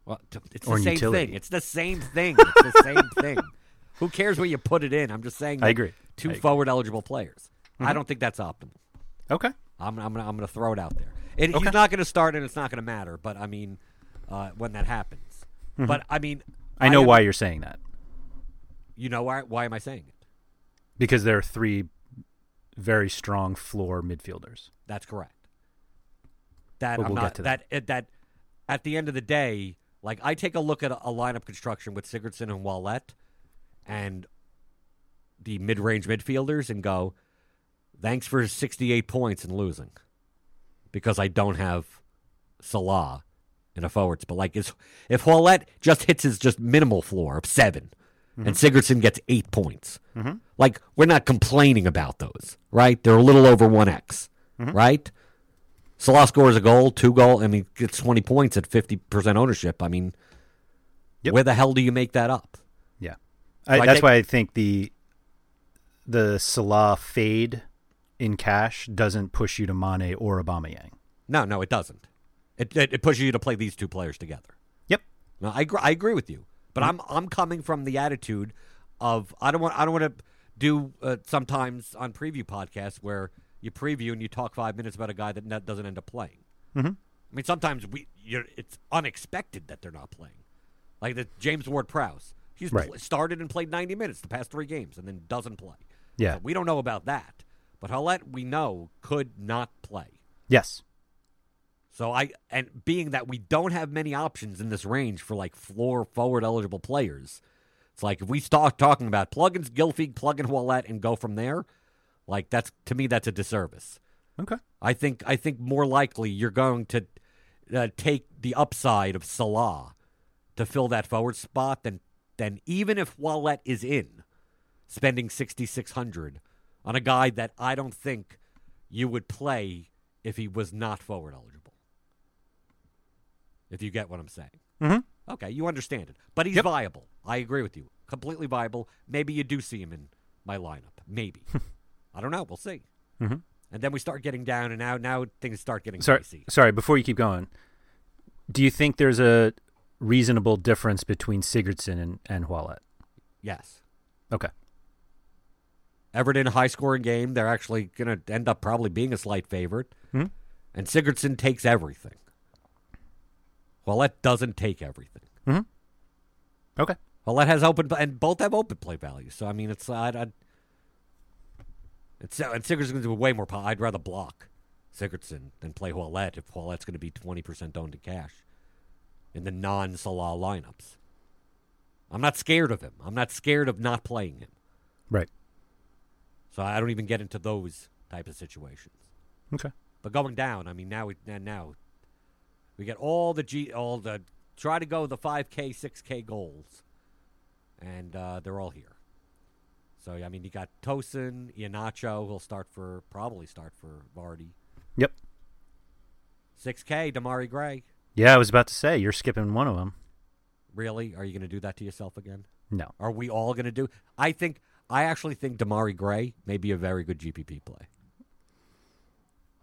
Speaker 3: Well, t- it's
Speaker 2: Or
Speaker 3: the same
Speaker 2: utility.
Speaker 3: thing. It's the same thing. It's the same thing. Who cares where you put it in? I'm just saying.
Speaker 2: I
Speaker 3: that
Speaker 2: agree.
Speaker 3: Two
Speaker 2: I agree. Mm-hmm.
Speaker 3: forward eligible players. I don't think that's optimal.
Speaker 2: Okay.
Speaker 3: I'm, I'm gonna I'm gonna throw it out there. And
Speaker 2: Okay.
Speaker 3: He's not gonna start, and it's not gonna matter. But I mean, uh, when that happens. But I mean,
Speaker 2: I know
Speaker 3: am-
Speaker 2: why you're saying that
Speaker 3: You know why? Why am I saying it?
Speaker 2: because there are three very strong floor midfielders.
Speaker 3: That's correct. That
Speaker 2: But
Speaker 3: I'm
Speaker 2: we'll
Speaker 3: not
Speaker 2: get to
Speaker 3: that
Speaker 2: that.
Speaker 3: that. that at the end of the day, like I take a look at a, a lineup construction with Sigurdsson and Wallet, and the mid-range midfielders, and go, thanks for 68 points and losing, because I don't have Salah in a forwards. But like, is if Wallet just hits his just minimal floor of 7
Speaker 2: Mm-hmm.
Speaker 3: and Sigurdsson gets eight points, like we're not complaining about those, right? They're a little over one x, right? Salah scores a goal, two goal. I mean, gets twenty points at fifty percent ownership. I mean,
Speaker 2: Yep.
Speaker 3: where the hell do you make that up?
Speaker 2: Yeah, I,
Speaker 3: I
Speaker 2: that's
Speaker 3: think-
Speaker 2: why I think the the Salah fade in cash doesn't push you to Mane or Aubameyang.
Speaker 3: No, no, it doesn't. It it, it pushes you to play these two players together.
Speaker 2: Yep.
Speaker 3: No, I agree, I agree with you, but I'm I'm coming from the attitude of I don't want I don't want to do uh, sometimes on preview podcasts where you preview and you talk five minutes about a guy that net doesn't end up playing.
Speaker 2: Mhm.
Speaker 3: I mean, sometimes we you're, it's unexpected that they're not playing, like the James Ward Prowse. He's
Speaker 2: Right.
Speaker 3: pl- started and played 90 minutes the past three games and then doesn't play.
Speaker 2: Yeah.
Speaker 3: So we don't know about that, but Hallett we know could not play.
Speaker 2: Yes.
Speaker 3: So I and being that we don't have many options in this range for like floor forward eligible players, it's like if we start talking about plugins, Gilfie, plug-in Wallet, and go from there, like that's to me that's a disservice.
Speaker 2: Okay.
Speaker 3: I think I think more likely you're going to uh, take the upside of Salah to fill that forward spot than than even if Wallet is in, spending sixty six hundred on a guy that I don't think you would play if he was not forward eligible. If you get what I'm saying.
Speaker 2: Mhm.
Speaker 3: Okay, you understand it. But he's
Speaker 2: Yep.
Speaker 3: viable. I agree with you. Completely viable. Maybe you do see him in my lineup. Maybe. I don't know. We'll see.
Speaker 2: Mhm.
Speaker 3: And then we start getting down, and now now things start getting
Speaker 2: Sorry,
Speaker 3: dicey.
Speaker 2: sorry. Before you keep going, do you think there's a reasonable difference between Sigurdsson and and Hualet?
Speaker 3: Yes.
Speaker 2: Okay.
Speaker 3: Everton, a high scoring game. They're actually going to end up probably being a slight favorite.
Speaker 2: Mhm.
Speaker 3: And Sigurdsson takes everything. Willett doesn't take everything.
Speaker 2: Okay.
Speaker 3: Willett has open, and both have open play value. So, I mean, it's. I, I, it's and Sigurdsson's going to do way more. po- I'd rather block Sigurdsson than play Willett if Willett's going to be 20% owned in cash in the non Salah lineups. I'm not scared of him. I'm not scared of not playing him.
Speaker 2: Right.
Speaker 3: So I don't even get into those type of situations.
Speaker 2: Okay.
Speaker 3: But going down, I mean, now we now- now we get all the G, all the try to go the five k, six k goals, and uh, they're all here. So I mean, you got Tosin, Ianacho, who'll start for probably start for Vardy.
Speaker 2: Yep.
Speaker 3: Six k, Damari Gray.
Speaker 2: Yeah, I was about to say you're skipping one of them.
Speaker 3: Really? Are you going to do that to yourself again?
Speaker 2: No.
Speaker 3: Are we all going to do? I think I actually think Damari Gray may be a very good GPP play.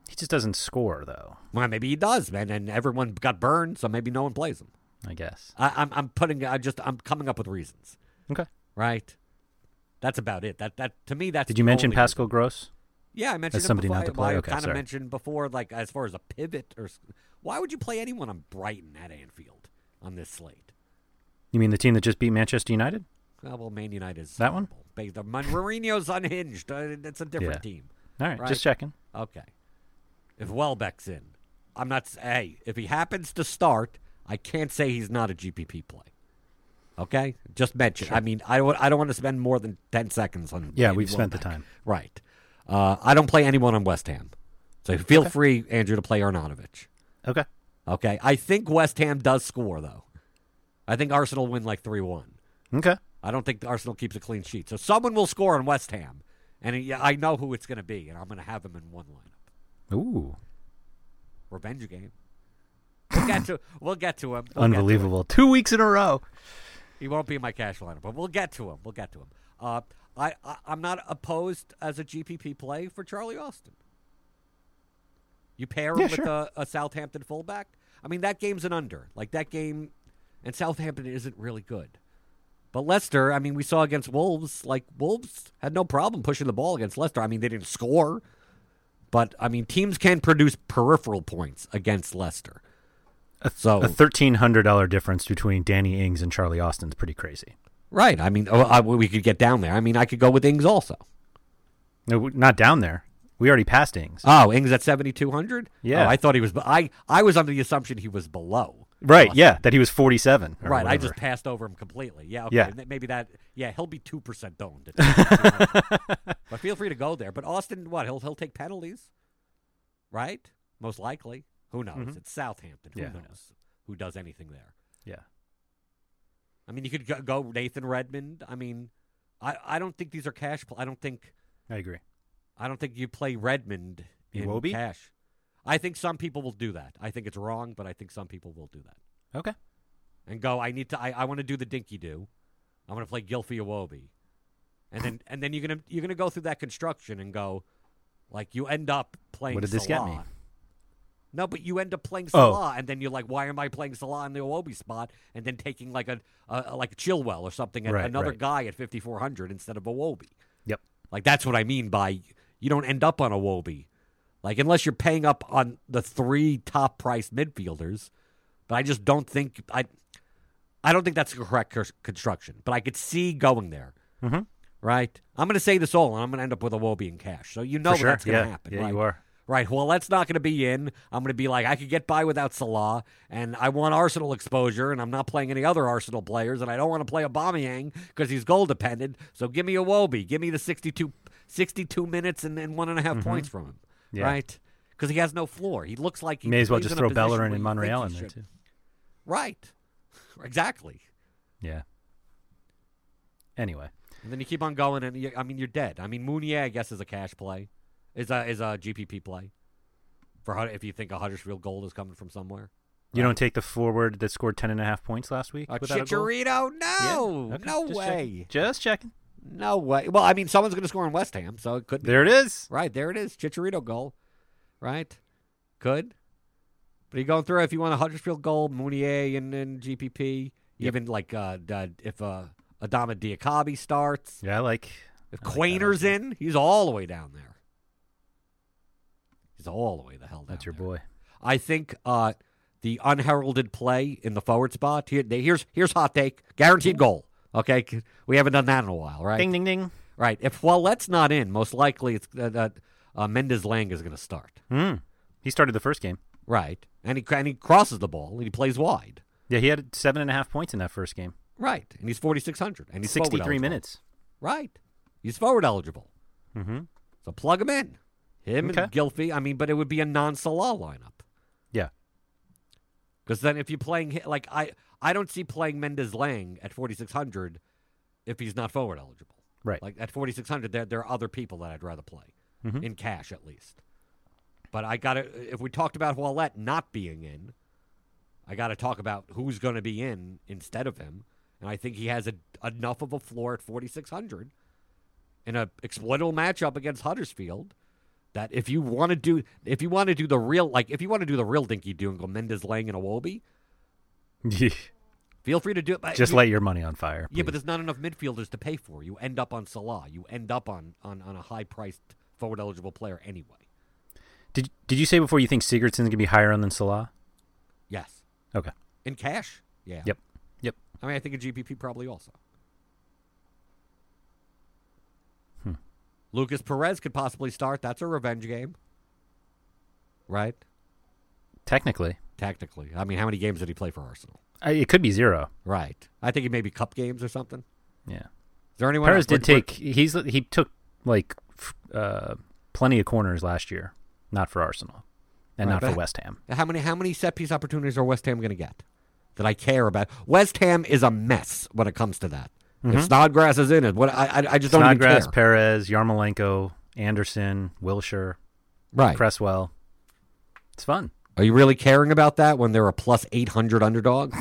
Speaker 2: He just doesn't score though.
Speaker 3: Well, maybe he does, man. And everyone got burned, so maybe no one plays him.
Speaker 2: I guess.
Speaker 3: I, I'm I'm putting I just I'm coming up with reasons,
Speaker 2: Okay.
Speaker 3: right? That's about it. That that to me that's
Speaker 2: Did you
Speaker 3: the
Speaker 2: mention
Speaker 3: only
Speaker 2: Pascal
Speaker 3: reason.
Speaker 2: Gross?
Speaker 3: Yeah, I mentioned
Speaker 2: As
Speaker 3: him
Speaker 2: somebody
Speaker 3: before.
Speaker 2: not to
Speaker 3: I-
Speaker 2: play?
Speaker 3: I
Speaker 2: Okay,
Speaker 3: kind of
Speaker 2: sorry.
Speaker 3: mentioned before, like as far as a pivot or s- why would you play anyone on Brighton at Anfield on this slate?
Speaker 2: You mean the team that just beat Manchester United?
Speaker 3: Oh, well, Man United is
Speaker 2: That one?
Speaker 3: horrible. Ba- the Mon- Mourinho's unhinged. Uh, That's a different
Speaker 2: Yeah.
Speaker 3: team.
Speaker 2: All right,
Speaker 3: Right.
Speaker 2: just checking.
Speaker 3: Okay. If Welbeck's in, I'm not. s- Hey, if he happens to start, I can't say he's not a GPP play. Okay, just mention. I mean, I don't. I don't want to spend more than ten seconds on.
Speaker 2: Yeah,
Speaker 3: Andy
Speaker 2: we've spent the
Speaker 3: Welbeck.
Speaker 2: time.
Speaker 3: Right. Uh, I don't play anyone on West Ham, so feel free, Andrew, to play Arnautovic.
Speaker 2: Okay.
Speaker 3: Okay. I think West Ham does score though. I think Arsenal win like three one.
Speaker 2: Okay.
Speaker 3: I don't think Arsenal keeps a clean sheet, so someone will score on West Ham, and yeah, I know who it's going to be, and I'm going to have him in one lineup
Speaker 2: Ooh,
Speaker 3: revenge game. We'll get to we'll get to him. We'll get to him.
Speaker 2: unbelievable! Two weeks in a row.
Speaker 3: He won't be in my cash lineup, but we'll get to him. We'll get to him. Uh, I, I I'm not opposed as a GPP play for Charlie Austin. You pair him
Speaker 2: Yeah,
Speaker 3: with
Speaker 2: sure.
Speaker 3: a, a Southampton fullback. I mean that game's an under. Like that game, and Southampton isn't really good. But Leicester, I mean, we saw against Wolves. Like Wolves had no problem pushing the ball against Leicester. I mean, they didn't score, but I mean, teams can produce peripheral points against Leicester. so
Speaker 2: A thirteen hundred dollar difference between Danny Ings and Charlie Austin's pretty crazy.
Speaker 3: Right. I mean, oh, I, we could get down there. I mean, I could go with Ings also.
Speaker 2: No, w- not down there. We already passed Ings.
Speaker 3: Oh, Ings at seventy two hundred. Oh,
Speaker 2: Yeah.
Speaker 3: I thought he was. I I was under the assumption he was below.
Speaker 2: right.
Speaker 3: Austin.
Speaker 2: Yeah, that he was forty-seven. or
Speaker 3: oh. Right. I just
Speaker 2: whatever.
Speaker 3: passed over him completely. Yeah. Okay.
Speaker 2: Yeah.
Speaker 3: and that- Maybe that. Yeah. He'll be two percent owned. at 72. but feel free to go there. But Austin, what? He'll he'll take penalties, right? Most likely. Who knows?
Speaker 2: Mhm.
Speaker 3: It's Southampton. Who
Speaker 2: Yeah.
Speaker 3: knows? Who does anything there?
Speaker 2: Yeah.
Speaker 3: I mean, you could go, go Nathan Redmond. I mean, I I don't think these are cash. Pl- I don't think.
Speaker 2: I agree.
Speaker 3: I don't think you play Redmond in
Speaker 2: Iwobi?
Speaker 3: cash. I think some people will do that. I think it's wrong, but I think some people will do that
Speaker 2: Okay.
Speaker 3: and go. I need to. I, I want to do the dinky do. I'm going to play Gilfy Iwobi, and then and then you're gonna you're gonna go through that construction and go, like you end up playing.
Speaker 2: What did this get me?
Speaker 3: Salah. No, but you end up playing
Speaker 2: Oh.
Speaker 3: Salah, and then you're like, why am I playing Salah in the Iwobi spot, and then taking like a, a like Chilwell or something, and
Speaker 2: Right,
Speaker 3: another
Speaker 2: right.
Speaker 3: guy at 5400 instead of Iwobi.
Speaker 2: Yep.
Speaker 3: Like that's what I mean by you don't end up on a Wobie. Like unless you're paying up on the three top priced midfielders, but I just don't think I I don't think that's the correct cons- construction, but I could see going there.
Speaker 2: Mhm.
Speaker 3: Right? I'm going to say this all and I'm going to end up with a Wobie in cash. So you know
Speaker 2: For
Speaker 3: that
Speaker 2: sure.
Speaker 3: that's going to
Speaker 2: yeah.
Speaker 3: happen.
Speaker 2: Yeah,
Speaker 3: right?
Speaker 2: you are.
Speaker 3: Right. Well, that's not going to be in. I'm going to be like, I could get by without Salah, and I want Arsenal exposure, and I'm not playing any other Arsenal players, and I don't want to play Aubameyang because he's goal dependent. So give me a Wobie. Give me the 62, 62 minutes and, and one and a half points from him.
Speaker 2: Mm-hmm. Yeah.
Speaker 3: Right. Because he has no floor. He looks like he
Speaker 2: You may as well
Speaker 3: he's
Speaker 2: just
Speaker 3: in a
Speaker 2: throw
Speaker 3: position
Speaker 2: Bellerin
Speaker 3: where
Speaker 2: and
Speaker 3: you think
Speaker 2: Monreal
Speaker 3: he
Speaker 2: in there
Speaker 3: should.
Speaker 2: too.
Speaker 3: Right. Exactly.
Speaker 2: Yeah. Anyway,
Speaker 3: And then you keep on going, and you, I mean, you're dead. I mean, Mounier, I guess, is a cash play, is a is a GPP play for Hud- if you think a Huddersfield goal is coming from somewhere.
Speaker 2: you don't take the forward that scored ten and a half points last week.
Speaker 3: A
Speaker 2: without a goal?
Speaker 3: Chicharito?
Speaker 2: Yeah,
Speaker 3: No,
Speaker 2: okay,
Speaker 3: no
Speaker 2: just
Speaker 3: way,
Speaker 2: checking. Just checking.
Speaker 3: no way. Well, I mean, someone's going to score in West Ham, so it could be
Speaker 2: There it is.
Speaker 3: right there. It is Chicharito goal, right? Could, but you going through if you want a Huddersfield goal, Mounier and, and GPP, even like uh, d- if uh, Adama Diakabi starts,
Speaker 2: Yeah, I like.
Speaker 3: If
Speaker 2: I like that
Speaker 3: Quainer's
Speaker 2: idea.
Speaker 3: in, he's all the way down there. He's all the way the hell down.
Speaker 2: That's your
Speaker 3: there.
Speaker 2: boy.
Speaker 3: I think uh, the unheralded play in the forward spot. Here, they- here's here's hot take. Guaranteed goal. Okay, c- we haven't done that in a while, right?
Speaker 2: Ding ding ding.
Speaker 3: Right. If Wallet's not in, most likely it's that uh, uh, Mendes Lang is going to start.
Speaker 2: Hmm. He started the first game.
Speaker 3: Right, and he and he crosses the ball and he plays wide.
Speaker 2: Yeah, he had seven and a half points in that first game.
Speaker 3: Right, and he's forty six hundred and he's forward
Speaker 2: Sixty-three
Speaker 3: eligible.
Speaker 2: minutes.
Speaker 3: Right, he's forward eligible.
Speaker 2: Mm-hmm.
Speaker 3: So plug him in. Him and
Speaker 2: Okay.
Speaker 3: Gilfy. I mean, but it would be a non Salah lineup.
Speaker 2: Yeah.
Speaker 3: Because then if you're playing hi- like I, I don't see playing Mendes Lang at 4600 if he's not forward eligible.
Speaker 2: Right.
Speaker 3: Like at 4600, there there are other people that I'd rather play
Speaker 2: Mhm.
Speaker 3: in cash at least. But I got to if we talked about Wallet not being in, I got to talk about who's going to be in instead of him. And I think he has a, enough of a floor at 4600 in a exploitable matchup against Huddersfield that if you want to do if you want to do the real like if you want to do the real dinky do and go Mendes Lang and Awobi, feel free to do it. But
Speaker 2: Just
Speaker 3: you-
Speaker 2: light your money on fire.
Speaker 3: yeah, but
Speaker 2: please.
Speaker 3: there's not enough midfielders to pay for. You end up on Salah. You end up on on, on a high priced forward eligible player anyway.
Speaker 2: did did you say before you think Sigurdsson's gonna be higher on than Salah?
Speaker 3: Yes,
Speaker 2: Okay.
Speaker 3: in cash. Yeah.
Speaker 2: Yep. Yep.
Speaker 3: I mean, I think a GPP probably also.
Speaker 2: Hmm.
Speaker 3: Lucas Perez could possibly start. That's a revenge game, right?
Speaker 2: Technically,
Speaker 3: Tactically, I mean, how many games did he play for Arsenal?
Speaker 2: I, it could be zero.
Speaker 3: Right. I think it may be cup games or something.
Speaker 2: Yeah.
Speaker 3: Is there anyone?
Speaker 2: Perez
Speaker 3: else? We're-
Speaker 2: did
Speaker 3: we're-
Speaker 2: take. He's he took like f- uh, plenty of corners last year, not for Arsenal, and
Speaker 3: Right,
Speaker 2: not for
Speaker 3: but-
Speaker 2: West Ham.
Speaker 3: How many how many set piece opportunities are West Ham going to get that I care about? West Ham is a mess when it comes to that. If Snodgrass is in it, what I I, I just don't even
Speaker 2: Mm-hmm. Snodgrass,
Speaker 3: care.
Speaker 2: Perez, Yarmolenko, Anderson, Wilshire,
Speaker 3: right?
Speaker 2: Cresswell. It's fun.
Speaker 3: Are you really caring about that when they're a plus eight hundred underdog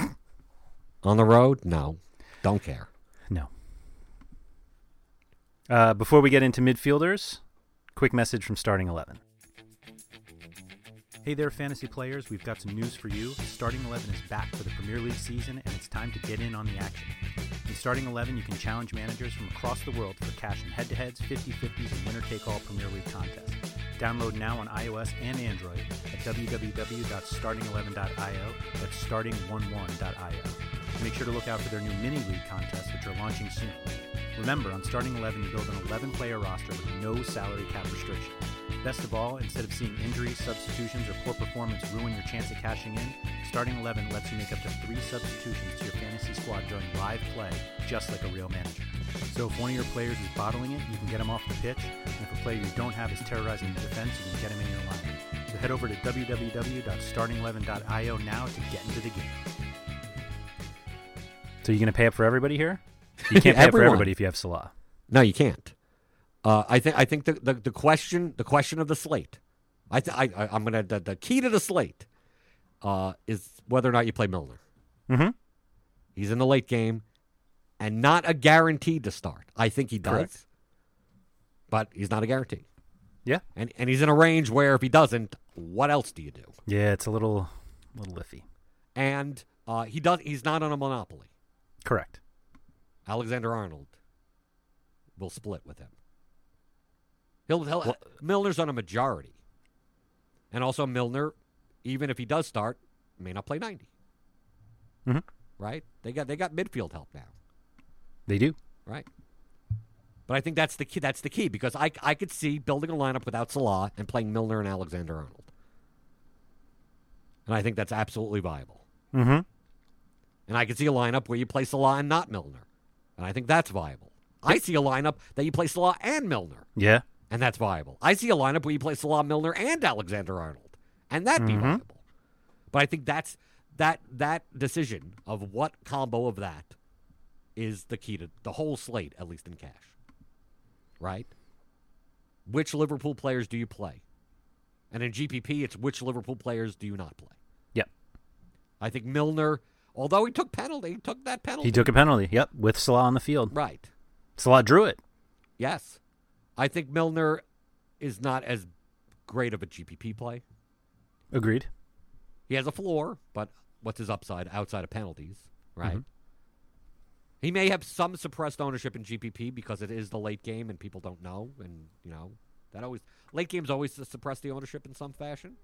Speaker 3: on the road? No, don't care.
Speaker 2: No. Uh, before we get into midfielders, quick message from starting 11. Hey there, fantasy players. We've got some news for you. Starting 11 is back for the Premier League season, and it's time to get in on the action. In Starting 11, you can challenge managers from across the world for cash in head to heads, 50 50s, and winner take all Premier League contests. Download now on iOS and Android at www.starting11.io. That's starting11.io. Make sure to look out for their new mini league contests, which are launching soon. Remember, on Starting 11, you build an 11 player roster with no salary cap restriction. Best of all, instead of seeing injuries, substitutions, or poor performance ruin your chance of cashing in, Starting 11 lets you make up to three substitutions to your fantasy squad during live play, just like a real manager. So if one of your players is bottling it, you can get him off the pitch, and if a player you don't have is terrorizing the defense, you can get him in your lineup. So head over to www.starting11.io now to get into the game. So you're going to pay up for everybody here? You can't pay up for
Speaker 3: Everyone.
Speaker 2: everybody if you have Salah.
Speaker 3: No, you can't. Uh, I think I think the, the, the question the question of the slate, I th- I I- I'm gonna the, the key to the slate, uh, is whether or not you play Milner.
Speaker 2: Mm-hmm.
Speaker 3: He's in the late game and not a guarantee to start. I think he does.
Speaker 2: Correct.
Speaker 3: But he's not a guarantee.
Speaker 2: Yeah.
Speaker 3: And and he's in a range where if he doesn't, what else do you do?
Speaker 2: Yeah, it's a little, little iffy.
Speaker 3: And uh, he does he's not on a monopoly.
Speaker 2: Correct.
Speaker 3: Alexander Arnold will split with him. He'll, he'll Milner's on a majority. And also Milner, even if he does start, may not play 90,
Speaker 2: Mhm.
Speaker 3: right? They got they got midfield help now.
Speaker 2: They do.
Speaker 3: Right. But I think that's the key. That's the key because I, I could see building a lineup without Salah and playing Milner and Alexander Arnold, and I think that's absolutely viable.
Speaker 2: Mm-hmm.
Speaker 3: And I could see a lineup where you play Salah and not Milner, and I think that's viable. I see a lineup that you play Salah and Milner,
Speaker 2: Yeah.
Speaker 3: and that's viable. I see a lineup where you play Salah, Milner, and Alexander Arnold, and that'd
Speaker 2: Mm-hmm.
Speaker 3: be viable. But I think that's that that decision of what combo of that is the key to the whole slate, at least in cash. Right? Which Liverpool players do you play? And in GPP, it's which Liverpool players do you not play?
Speaker 2: Yep.
Speaker 3: I think Milner, although he took penalty, he took that penalty.
Speaker 2: He took a penalty. Yep. With Salah on the field.
Speaker 3: right.
Speaker 2: Salah drew it.
Speaker 3: Yes. I think Milner is not as great of a GPP play.
Speaker 2: Agreed.
Speaker 3: He has a floor, but what's his upside outside of penalties, right? He may have some suppressed ownership in GPP because it is the late game and people don't know, and you know that always late games always su- suppress the ownership in some fashion.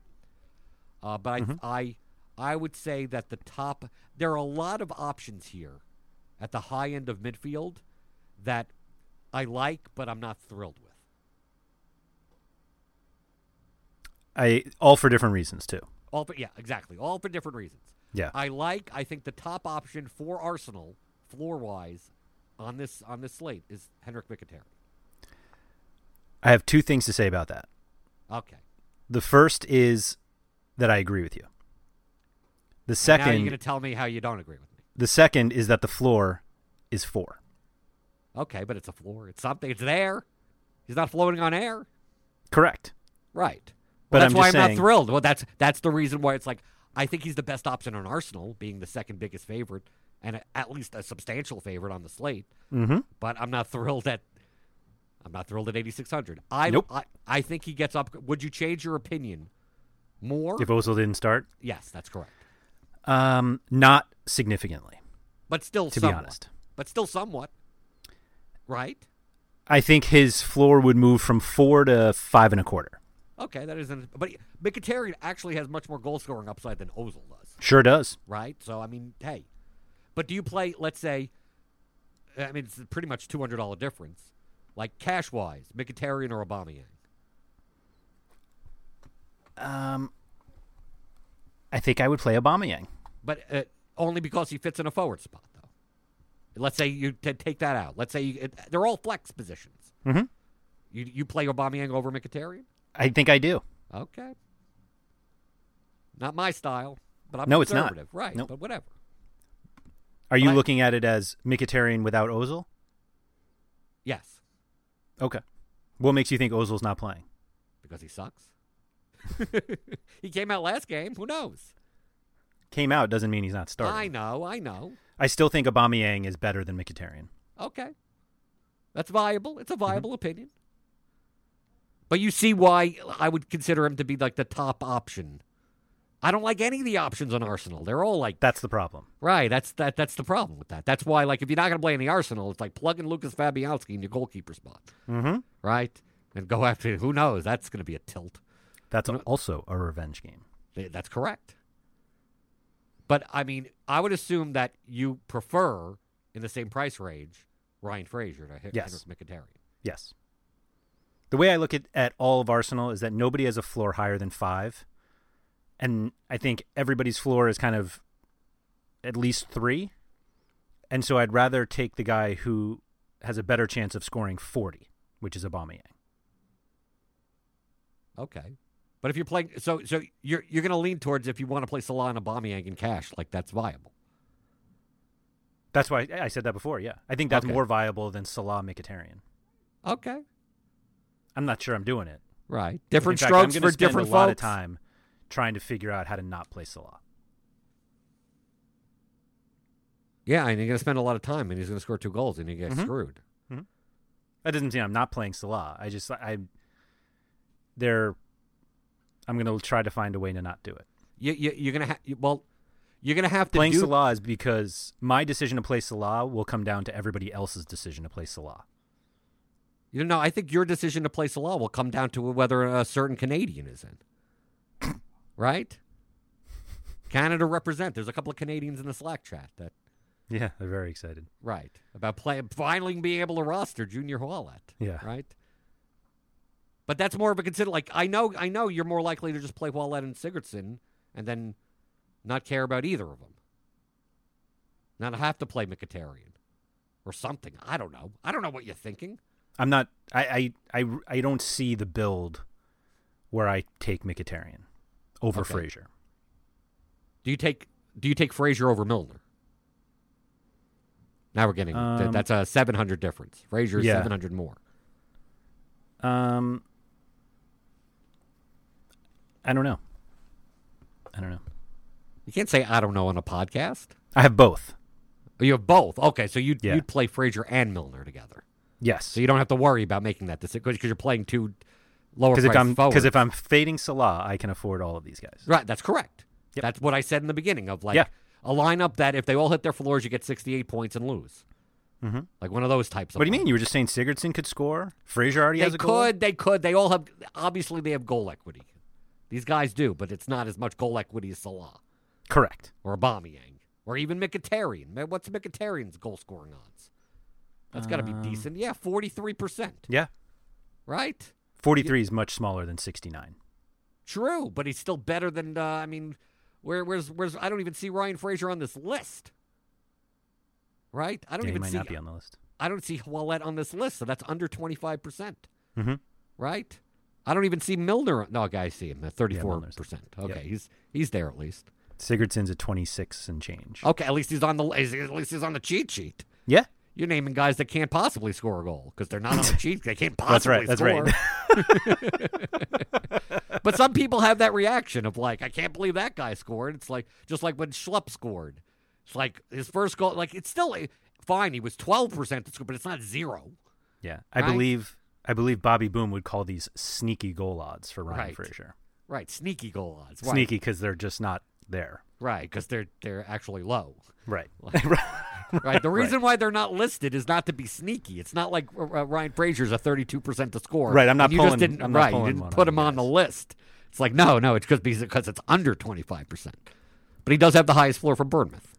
Speaker 3: Uh, but I, I, I would say that the top there are a lot of options here at the high end of midfield that I like, but I'm not thrilled with.
Speaker 2: I all for different reasons too.
Speaker 3: All for yeah, exactly. All for different reasons.
Speaker 2: Yeah.
Speaker 3: I like. I think the top option for Arsenal, floor wise, on this on this slate is Henrik Mkhitaryan.
Speaker 2: I have two things to say about that.
Speaker 3: Okay.
Speaker 2: The first is that I agree with you. The
Speaker 3: Now you're
Speaker 2: second
Speaker 3: going to tell me how you don't agree with me.
Speaker 2: the second is that the floor is 4.
Speaker 3: Okay, but it's a floor. It's something. It's there. He's not floating on air.
Speaker 2: Correct.
Speaker 3: Right.
Speaker 2: But
Speaker 3: Well, that's
Speaker 2: I'm
Speaker 3: why
Speaker 2: just
Speaker 3: I'm
Speaker 2: saying-
Speaker 3: not thrilled. Well, that's that's the reason why it's like I think he's the best option on Arsenal, being the second biggest favorite and a- at least a substantial favorite on the slate.
Speaker 2: Mhm.
Speaker 3: But I'm not thrilled at I'm not thrilled at 8600. I,
Speaker 2: Nope.
Speaker 3: I I think he gets up. Would you change your opinion more?
Speaker 2: If Ozil didn't start,
Speaker 3: yes, that's correct.
Speaker 2: um not significantly.
Speaker 3: But still,
Speaker 2: To be
Speaker 3: somewhat.
Speaker 2: honest.
Speaker 3: but still somewhat. Right?
Speaker 2: I think his floor would move from 4 to five and a quarter.
Speaker 3: Okay, that isn't. But Mkhitaryan actually has much more goal scoring upside than Ozil does.
Speaker 2: Sure does.
Speaker 3: right? So I mean, hey, but do you play? Let's say, I mean, it's pretty much two hundred dollar difference, like cash wise, Mkhitaryan or Aubameyang.
Speaker 2: Um I think I would play Aubameyang.
Speaker 3: but uh, only because he fits in a forward spot though. Let's say you t- take that out. Let's say you, it, they're all flex positions.
Speaker 2: Mhm.
Speaker 3: You you play Aubameyang over Mkhitaryan?
Speaker 2: I think I do.
Speaker 3: Okay, not my style, but I'm
Speaker 2: No, it's not.
Speaker 3: conservative, right?
Speaker 2: Nope.
Speaker 3: But whatever.
Speaker 2: Are you
Speaker 3: Right.
Speaker 2: looking at it as Mkhitaryan without Ozil?
Speaker 3: Yes,
Speaker 2: Okay. What makes you think Ozil's not playing?
Speaker 3: because he sucks. he came out last game. Who knows?
Speaker 2: Came out doesn't mean he's not starting.
Speaker 3: I know, I know.
Speaker 2: I still think Aubameyang is better than Mkhitaryan.
Speaker 3: Okay. That's viable. It's a viable opinion. But you see why I would consider him to be like the top option. I don't like any of the options on Arsenal. They're all like
Speaker 2: That's the problem.
Speaker 3: right. That's that. That's the problem with that. That's why like if you're not going to play any Arsenal, it's like plug in Lucas Fabianski in your goalkeeper spot,
Speaker 2: Mm-hmm.
Speaker 3: right? And go after who knows. That's going to be a tilt.
Speaker 2: That's also a revenge game.
Speaker 3: Th- That's correct. But I mean, I would assume that you prefer in the same price range Ryan Frazier to Hen-
Speaker 2: Yes.
Speaker 3: Henrik Mkhitaryan.
Speaker 2: Yes. The way I look at, at all of Arsenal is that nobody has a floor higher than five. And I think everybody's floor is kind of at least three. And so I'd rather take the guy who has a better chance of scoring 40, which is Aubameyang.
Speaker 3: Okay. But if you're playing, so so you're you're going to lean towards if you want to play Salah and Aubameyang in cash, like that's viable.
Speaker 2: That's why I I said that before. Yeah. I think that's
Speaker 3: Okay.
Speaker 2: more viable than Salah Mkhitaryan.
Speaker 3: Okay.
Speaker 2: I'm not sure I'm doing it.
Speaker 3: Right. Different
Speaker 2: In fact,
Speaker 3: strokes
Speaker 2: I'm
Speaker 3: for
Speaker 2: gonna spend
Speaker 3: different
Speaker 2: a lot of
Speaker 3: folks.
Speaker 2: time trying to figure out how to not play Salah.
Speaker 3: Yeah, and you're going to spend a lot of time, and he's going to score two goals, and you get
Speaker 2: Mhm.
Speaker 3: screwed.
Speaker 2: That doesn't mean I'm not playing Salah. I just I they're I'm gonna try to find a way to not do it.
Speaker 3: You, you you're going to have well, you're going to have to
Speaker 2: Playing
Speaker 3: do
Speaker 2: Salah is because my decision to play Salah will come down to everybody else's decision to play Salah.
Speaker 3: You know, I think your decision to play Salah will come down to whether a certain Canadian is in. right. Canada represent. There's a couple of Canadians in the Slack chat that
Speaker 2: Yeah, they're very excited.
Speaker 3: Right. About play, finally being able to roster Junior Hollett.
Speaker 2: Yeah.
Speaker 3: Right. But that's more of a consider. Like I know, I know you're more likely to just play Hollett and Sigurdsson, and then not care about either of them. Not have to play Mkhitaryan or something. I don't know. I don't know what you're thinking.
Speaker 2: I'm not I I I, I don't see the build where I take Mkhitaryan over
Speaker 3: Okay.
Speaker 2: Frazier.
Speaker 3: Do you take Do you take Frazier over Milner? Now we're getting th-
Speaker 2: Um,
Speaker 3: that's a 700 difference. Frazier's
Speaker 2: yeah.
Speaker 3: 700 more.
Speaker 2: Um, I don't know. I don't know.
Speaker 3: You can't say I don't know on a podcast.
Speaker 2: I have both.
Speaker 3: You have both. Okay, so you'd
Speaker 2: Yeah.
Speaker 3: you'd play Frazier and Milner together,
Speaker 2: Yes,
Speaker 3: so you don't have to worry about making that decision because you're playing two lower
Speaker 2: because
Speaker 3: price
Speaker 2: if I'm
Speaker 3: forwards.
Speaker 2: because if I'm fading Salah, I can afford all of these guys.
Speaker 3: Right, that's correct.
Speaker 2: Yep.
Speaker 3: That's what I said in the beginning of like
Speaker 2: Yeah.
Speaker 3: a lineup that if they all hit their floors, you get 68 points and lose.
Speaker 2: Mhm.
Speaker 3: Like one of those types. of
Speaker 2: What do you mean?
Speaker 3: lineups.
Speaker 2: You were just saying Sigurdsson could score. Frazier already
Speaker 3: They
Speaker 2: has a
Speaker 3: could,
Speaker 2: goal.
Speaker 3: they could. They all have. Obviously, they have goal equity. These guys do, but it's not as much goal equity as Salah
Speaker 2: Correct.
Speaker 3: or Aubameyang or even Mkhitaryan. Man, What's Mkhitaryan's goal scoring odds? That's got to be
Speaker 2: Um,
Speaker 3: decent. Yeah, 43 percent.
Speaker 2: Yeah,
Speaker 3: Right.
Speaker 2: forty three is much smaller than sixty nine.
Speaker 3: True, but he's still better than. Uh, I mean, where, where's where's? I don't even see Ryan Frazier on this list. Right, I don't
Speaker 2: Yeah, he
Speaker 3: even
Speaker 2: might
Speaker 3: see.
Speaker 2: not be on the list.
Speaker 3: I don't see Wallet on this list, so that's under twenty five percent.
Speaker 2: hmm
Speaker 3: Right, I don't even see Milner. No, guy, I see him at thirty four
Speaker 2: Milner's-
Speaker 3: percent.
Speaker 2: yeah.
Speaker 3: Okay, he's he's there at least.
Speaker 2: Sigurdsson's at twenty six and change.
Speaker 3: Okay, at least he's on the at least he's on the cheat sheet.
Speaker 2: Yeah,
Speaker 3: You're naming guys that can't possibly score a goal because they're not on the cheat. They can't
Speaker 2: that's
Speaker 3: possibly.
Speaker 2: right. That's
Speaker 3: score.
Speaker 2: right.
Speaker 3: But some people have that reaction of like, I can't believe that guy scored. It's like just like when Schlupp scored. It's like his first goal. Like it's still fine. He was twelve percent to score, but it's not zero.
Speaker 2: yeah, I
Speaker 3: Right?
Speaker 2: believe I believe Bobby Boone would call these sneaky goal odds for Ryan
Speaker 3: Right.
Speaker 2: Frazier.
Speaker 3: Right, sneaky goal odds. Right.
Speaker 2: Sneaky because they're just not there.
Speaker 3: Right, because they're they're actually low.
Speaker 2: Right.
Speaker 3: Right. The
Speaker 2: Right.
Speaker 3: reason why they're not listed is not to be sneaky. It's not like uh, uh, Ryan Frazier's a thirty-two percent to score.
Speaker 2: Right, I'm
Speaker 3: and
Speaker 2: not
Speaker 3: you
Speaker 2: pulling-
Speaker 3: Just didn't,
Speaker 2: I'm not
Speaker 3: right.
Speaker 2: pulling
Speaker 3: you didn't
Speaker 2: one
Speaker 3: put
Speaker 2: on
Speaker 3: him
Speaker 2: you
Speaker 3: on the
Speaker 2: guys.
Speaker 3: list. It's like no, no. It's because because it's under twenty-five percent. But he does have the highest floor for Bournemouth.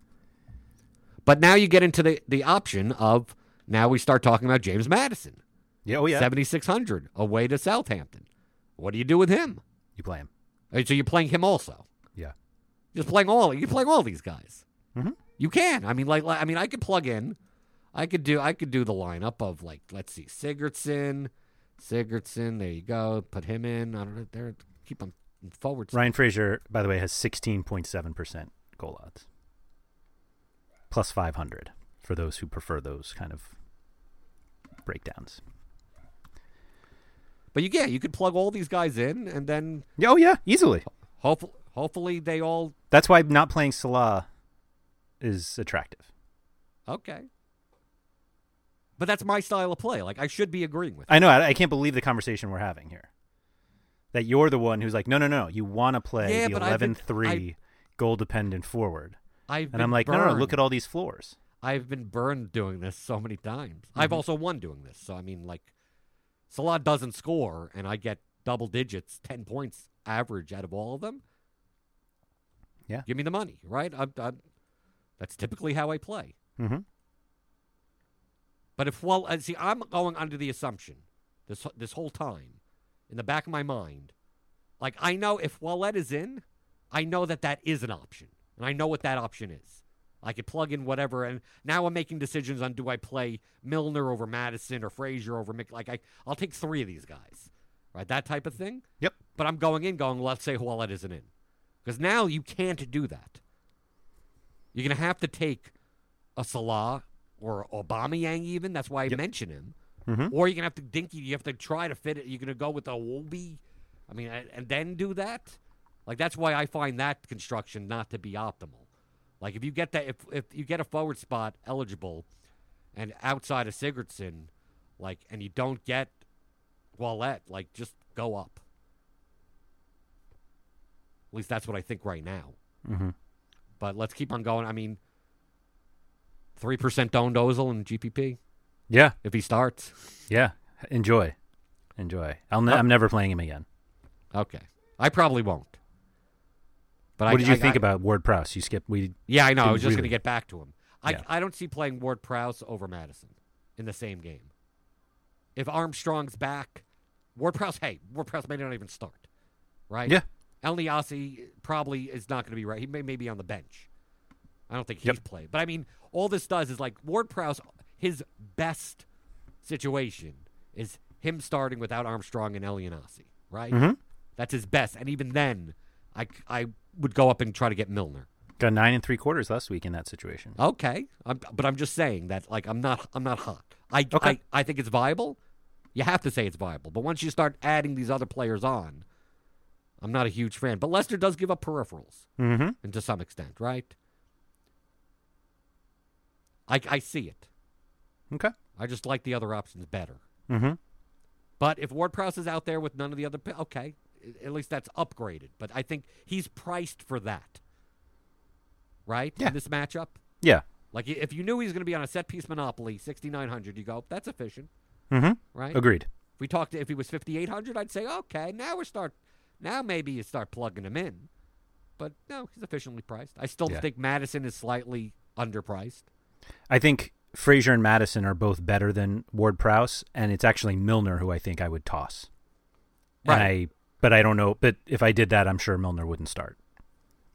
Speaker 3: But now you get into the the option of now we start talking about James Madison,
Speaker 2: Yeah. Oh yeah.
Speaker 3: seventy-six hundred away to Southampton. What do you do with him?
Speaker 2: You play him.
Speaker 3: Uh, So you're playing him also.
Speaker 2: Yeah.
Speaker 3: Just playing all you're playing all these guys.
Speaker 2: Mhm.
Speaker 3: You can. I mean, like, like- I mean, I could plug in. I could do. I could do the lineup of like, let's see, Sigurdsson, Sigurdsson. There you go. Put him in. I don't know. There, keep him forward.
Speaker 2: Ryan Frazier, by the way, has 16.7% goal odds. Plus 500 for those who prefer those kind of breakdowns.
Speaker 3: But you, yeah, you could plug all these guys in, and then
Speaker 2: Yeah, Oh, yeah, easily.
Speaker 3: hopefully, hopefully they all
Speaker 2: That's why not playing Salah is attractive.
Speaker 3: okay. But that's my style of play. Like I should be agreeing with.
Speaker 2: I know. I, I can't believe the conversation we're having here. That you're the one who's like, no, no, no. You want to play
Speaker 3: Yeah,
Speaker 2: the
Speaker 3: but I've been-
Speaker 2: 11 3 goal dependent forward.
Speaker 3: I've
Speaker 2: And I'm
Speaker 3: been
Speaker 2: like, no, no, no,
Speaker 3: burned.
Speaker 2: look at all these floors.
Speaker 3: I've been burned doing this so many times. I've also won doing this. So I mean, like, Salah doesn't score, and I get double digits, ten points average out of all of them.
Speaker 2: Yeah.
Speaker 3: give me the money, right? I'm, I'm, that's typically how I play.
Speaker 2: Mm-hmm.
Speaker 3: But if well, uh, see, I'm going under the assumption this this whole time, in the back of my mind, like I know if Wallet is in, I know that that is an option, and I know what that option is. I could plug in whatever, and now I'm making decisions on do I play Milner over Madison or Frazier over Mick? Like I, I'll take three of these guys, right? That type of thing.
Speaker 2: Yep.
Speaker 3: But I'm going in, going let's say Wallet isn't in, because now you can't do that. You're gonna have to take a Salah or Aubameyang even. That's why I mention him.
Speaker 2: Mhm.
Speaker 3: Or you're gonna have to dinky. You have to try to fit it. You're gonna go with a Wolby. I mean, a- and then do that. Like that's why I find that construction not to be optimal. Like if you get that, if if you get a forward spot eligible, and outside of Sigurdsson, like, and you don't get Wallet, like, just go up. At least that's what I think right now
Speaker 2: Mm-hmm.
Speaker 3: but let's keep on going. I mean, three percent owned Ozil in GPP
Speaker 2: Yeah.
Speaker 3: if he starts.
Speaker 2: Yeah. Enjoy. Enjoy. I'll ne-
Speaker 3: Oh.
Speaker 2: I'm never playing him again.
Speaker 3: Okay, I probably won't. But I,
Speaker 2: what did you
Speaker 3: I-
Speaker 2: think
Speaker 3: I-
Speaker 2: about Ward Prowse? You skipped. We
Speaker 3: Yeah, I know. I
Speaker 2: Didn't
Speaker 3: was just going
Speaker 2: really-
Speaker 3: to get back to him. I
Speaker 2: Yeah.
Speaker 3: I don't see playing Ward Prowse over Madison in the same game. If Armstrong's back, Ward Prowse. Hey, Ward Prowse may not even start. Right.
Speaker 2: Yeah.
Speaker 3: El Niasi probably is not going to be right. He may, may be on the bench. I don't think he's
Speaker 2: Yep.
Speaker 3: played. But I mean, all this does is like Ward Prowse, his best situation is him starting without Armstrong and Elianasi, right?
Speaker 2: Mhm.
Speaker 3: That's his best. And even then, I, c- I would go up and try to get Milner
Speaker 2: Got nine and three quarters last week in that situation.
Speaker 3: Okay, I'm, but I'm just saying that like I'm not I'm not hot. I,
Speaker 2: Okay.
Speaker 3: I I think it's viable. You have to say it's viable, but once you start adding these other players on, I'm not a huge fan. But Lester does give up peripherals,
Speaker 2: Mm-hmm.
Speaker 3: and to some extent, right? I I see it.
Speaker 2: Okay.
Speaker 3: I just like the other options better.
Speaker 2: Mm-hmm.
Speaker 3: But if Ward Prowse is out there with none of the other, pi- okay, a- at least that's upgraded. But I think he's priced for that, right?
Speaker 2: Yeah.
Speaker 3: In this matchup,
Speaker 2: Yeah.
Speaker 3: like i- if you knew he was going to be on a set piece monopoly, sixty nine hundred, you go, that's efficient,
Speaker 2: Mm-hmm.
Speaker 3: right?
Speaker 2: Agreed.
Speaker 3: If we talked, if he was fifty eight hundred, I'd say, okay, now we start, now maybe you start plugging him in. But no, he's efficiently priced. I still
Speaker 2: Yeah.
Speaker 3: think Madison is slightly underpriced.
Speaker 2: I think Frazier and Madison are both better than Ward Prowse, and it's actually Milner who I think I would toss. And
Speaker 3: Right.
Speaker 2: I, but I don't know. But if I did that, I'm sure Milner wouldn't start.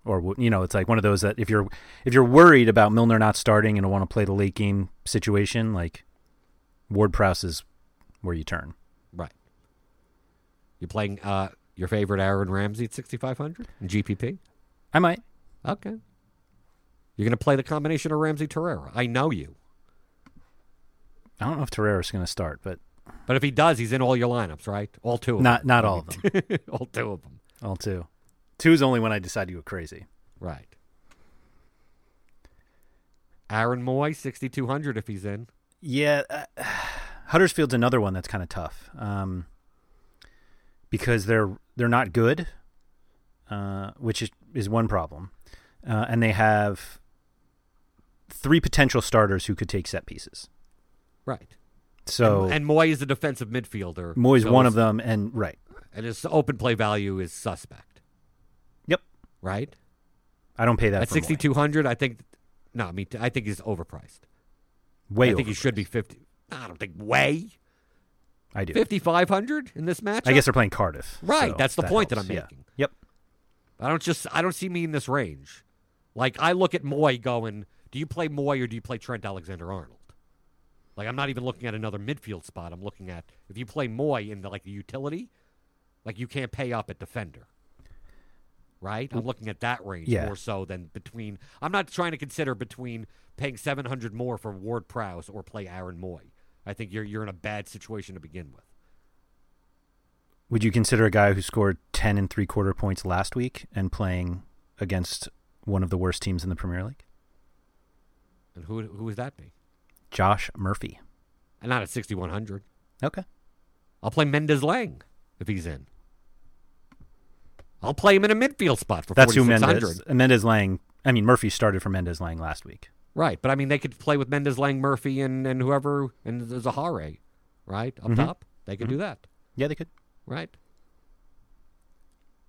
Speaker 2: Or wou- you know, it's like one of those that if you're if you're worried about Milner not starting and want to play the late game situation, like Ward Prowse is where you turn.
Speaker 3: Right. You're playing uh, your favorite Aaron Ramsey at 6,500 in GPP?
Speaker 2: I might.
Speaker 3: Okay. You're going to play the combination of Ramsey Torreira. I know you.
Speaker 2: I don't know if Torreira's going to start, but
Speaker 3: But if he does, he's in all your lineups, right? All two of
Speaker 2: not
Speaker 3: them.
Speaker 2: not all of them.
Speaker 3: all two of them.
Speaker 2: all two. Two is only when I decide you were crazy.
Speaker 3: Right. Aaron Moy, 6,200 if he's in.
Speaker 2: Yeah, uh, Huddersfield's another one that's kind of tough um, because they're they're not good, uh, which is is one problem, uh, and they have three potential starters who could take set pieces.
Speaker 3: Right.
Speaker 2: So
Speaker 3: and, and Moy is a defensive midfielder.
Speaker 2: Moy's
Speaker 3: so
Speaker 2: one of
Speaker 3: his-
Speaker 2: them, and right,
Speaker 3: And his open play value is suspect,
Speaker 2: yep,
Speaker 3: right?
Speaker 2: I don't pay that
Speaker 3: At
Speaker 2: for Moy.
Speaker 3: 6,200, I think. No, I mean, I think he's overpriced.
Speaker 2: Way
Speaker 3: I think he
Speaker 2: overpriced.
Speaker 3: should be 50. I don't think way.
Speaker 2: I do.
Speaker 3: 5500 in this match.
Speaker 2: I guess they're playing Cardiff.
Speaker 3: Right,
Speaker 2: so
Speaker 3: that's the point that
Speaker 2: helps,
Speaker 3: I'm
Speaker 2: yeah.
Speaker 3: making.
Speaker 2: Yep.
Speaker 3: I don't just I don't see me in this range. Like I look at Moy going, do you play Moy or do you play Trent Alexander-Arnold? Like I'm not even looking at another midfield spot. I'm looking at if you play Moy in the, like the utility, like you can't pay up at defender. Right? I'm looking at that range
Speaker 2: Yeah.
Speaker 3: more so than between I'm not trying to consider between paying 700 more for Ward Prowse or play Aaron Moy. I think you're you're in a bad situation to begin with.
Speaker 2: Would you consider a guy who scored 10 and three quarter points last week and playing against one of the worst teams in the Premier League?
Speaker 3: And who who would that be?
Speaker 2: Josh Murphy.
Speaker 3: And not at 6,100.
Speaker 2: Okay.
Speaker 3: I'll play Mendes Lang if he's in. I'll play him in a midfield spot for
Speaker 2: That's who
Speaker 3: 4,600.
Speaker 2: Mendes. Mendes Lang. I mean, Murphy started for Mendes Lang last week.
Speaker 3: Right, but I mean, they could play with Mendes Lang, Murphy, and, and whoever, and Zahare, right? Up
Speaker 2: Mhm.
Speaker 3: top. They could do that,
Speaker 2: Yeah, they could.
Speaker 3: right?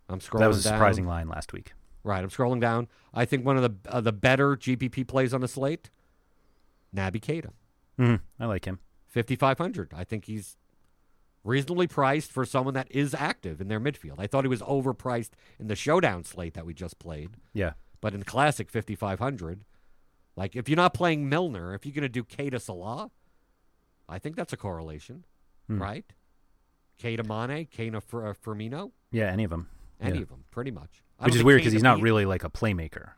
Speaker 3: I'm scrolling
Speaker 2: that was a
Speaker 3: down.
Speaker 2: surprising line last week.
Speaker 3: Right, I'm scrolling down. I think one of the uh, the better GPP plays on the slate, Naby Keita.
Speaker 2: hmm I like him.
Speaker 3: 5500 i think he's reasonably priced for someone that is active in their midfield i thought he was overpriced in the showdown slate that we just played
Speaker 2: Yeah.
Speaker 3: but in the classic 5500 like if you're not playing milner if you're going to do Keita salah i think that's a correlation
Speaker 2: Hmm.
Speaker 3: right Keita mane Keita Fir- uh, firmino
Speaker 2: Yeah, any of them.
Speaker 3: any
Speaker 2: Yeah.
Speaker 3: of them pretty much I
Speaker 2: Which
Speaker 3: don't
Speaker 2: is
Speaker 3: think
Speaker 2: weird because
Speaker 3: Keita
Speaker 2: he's not
Speaker 3: be-
Speaker 2: really like a playmaker,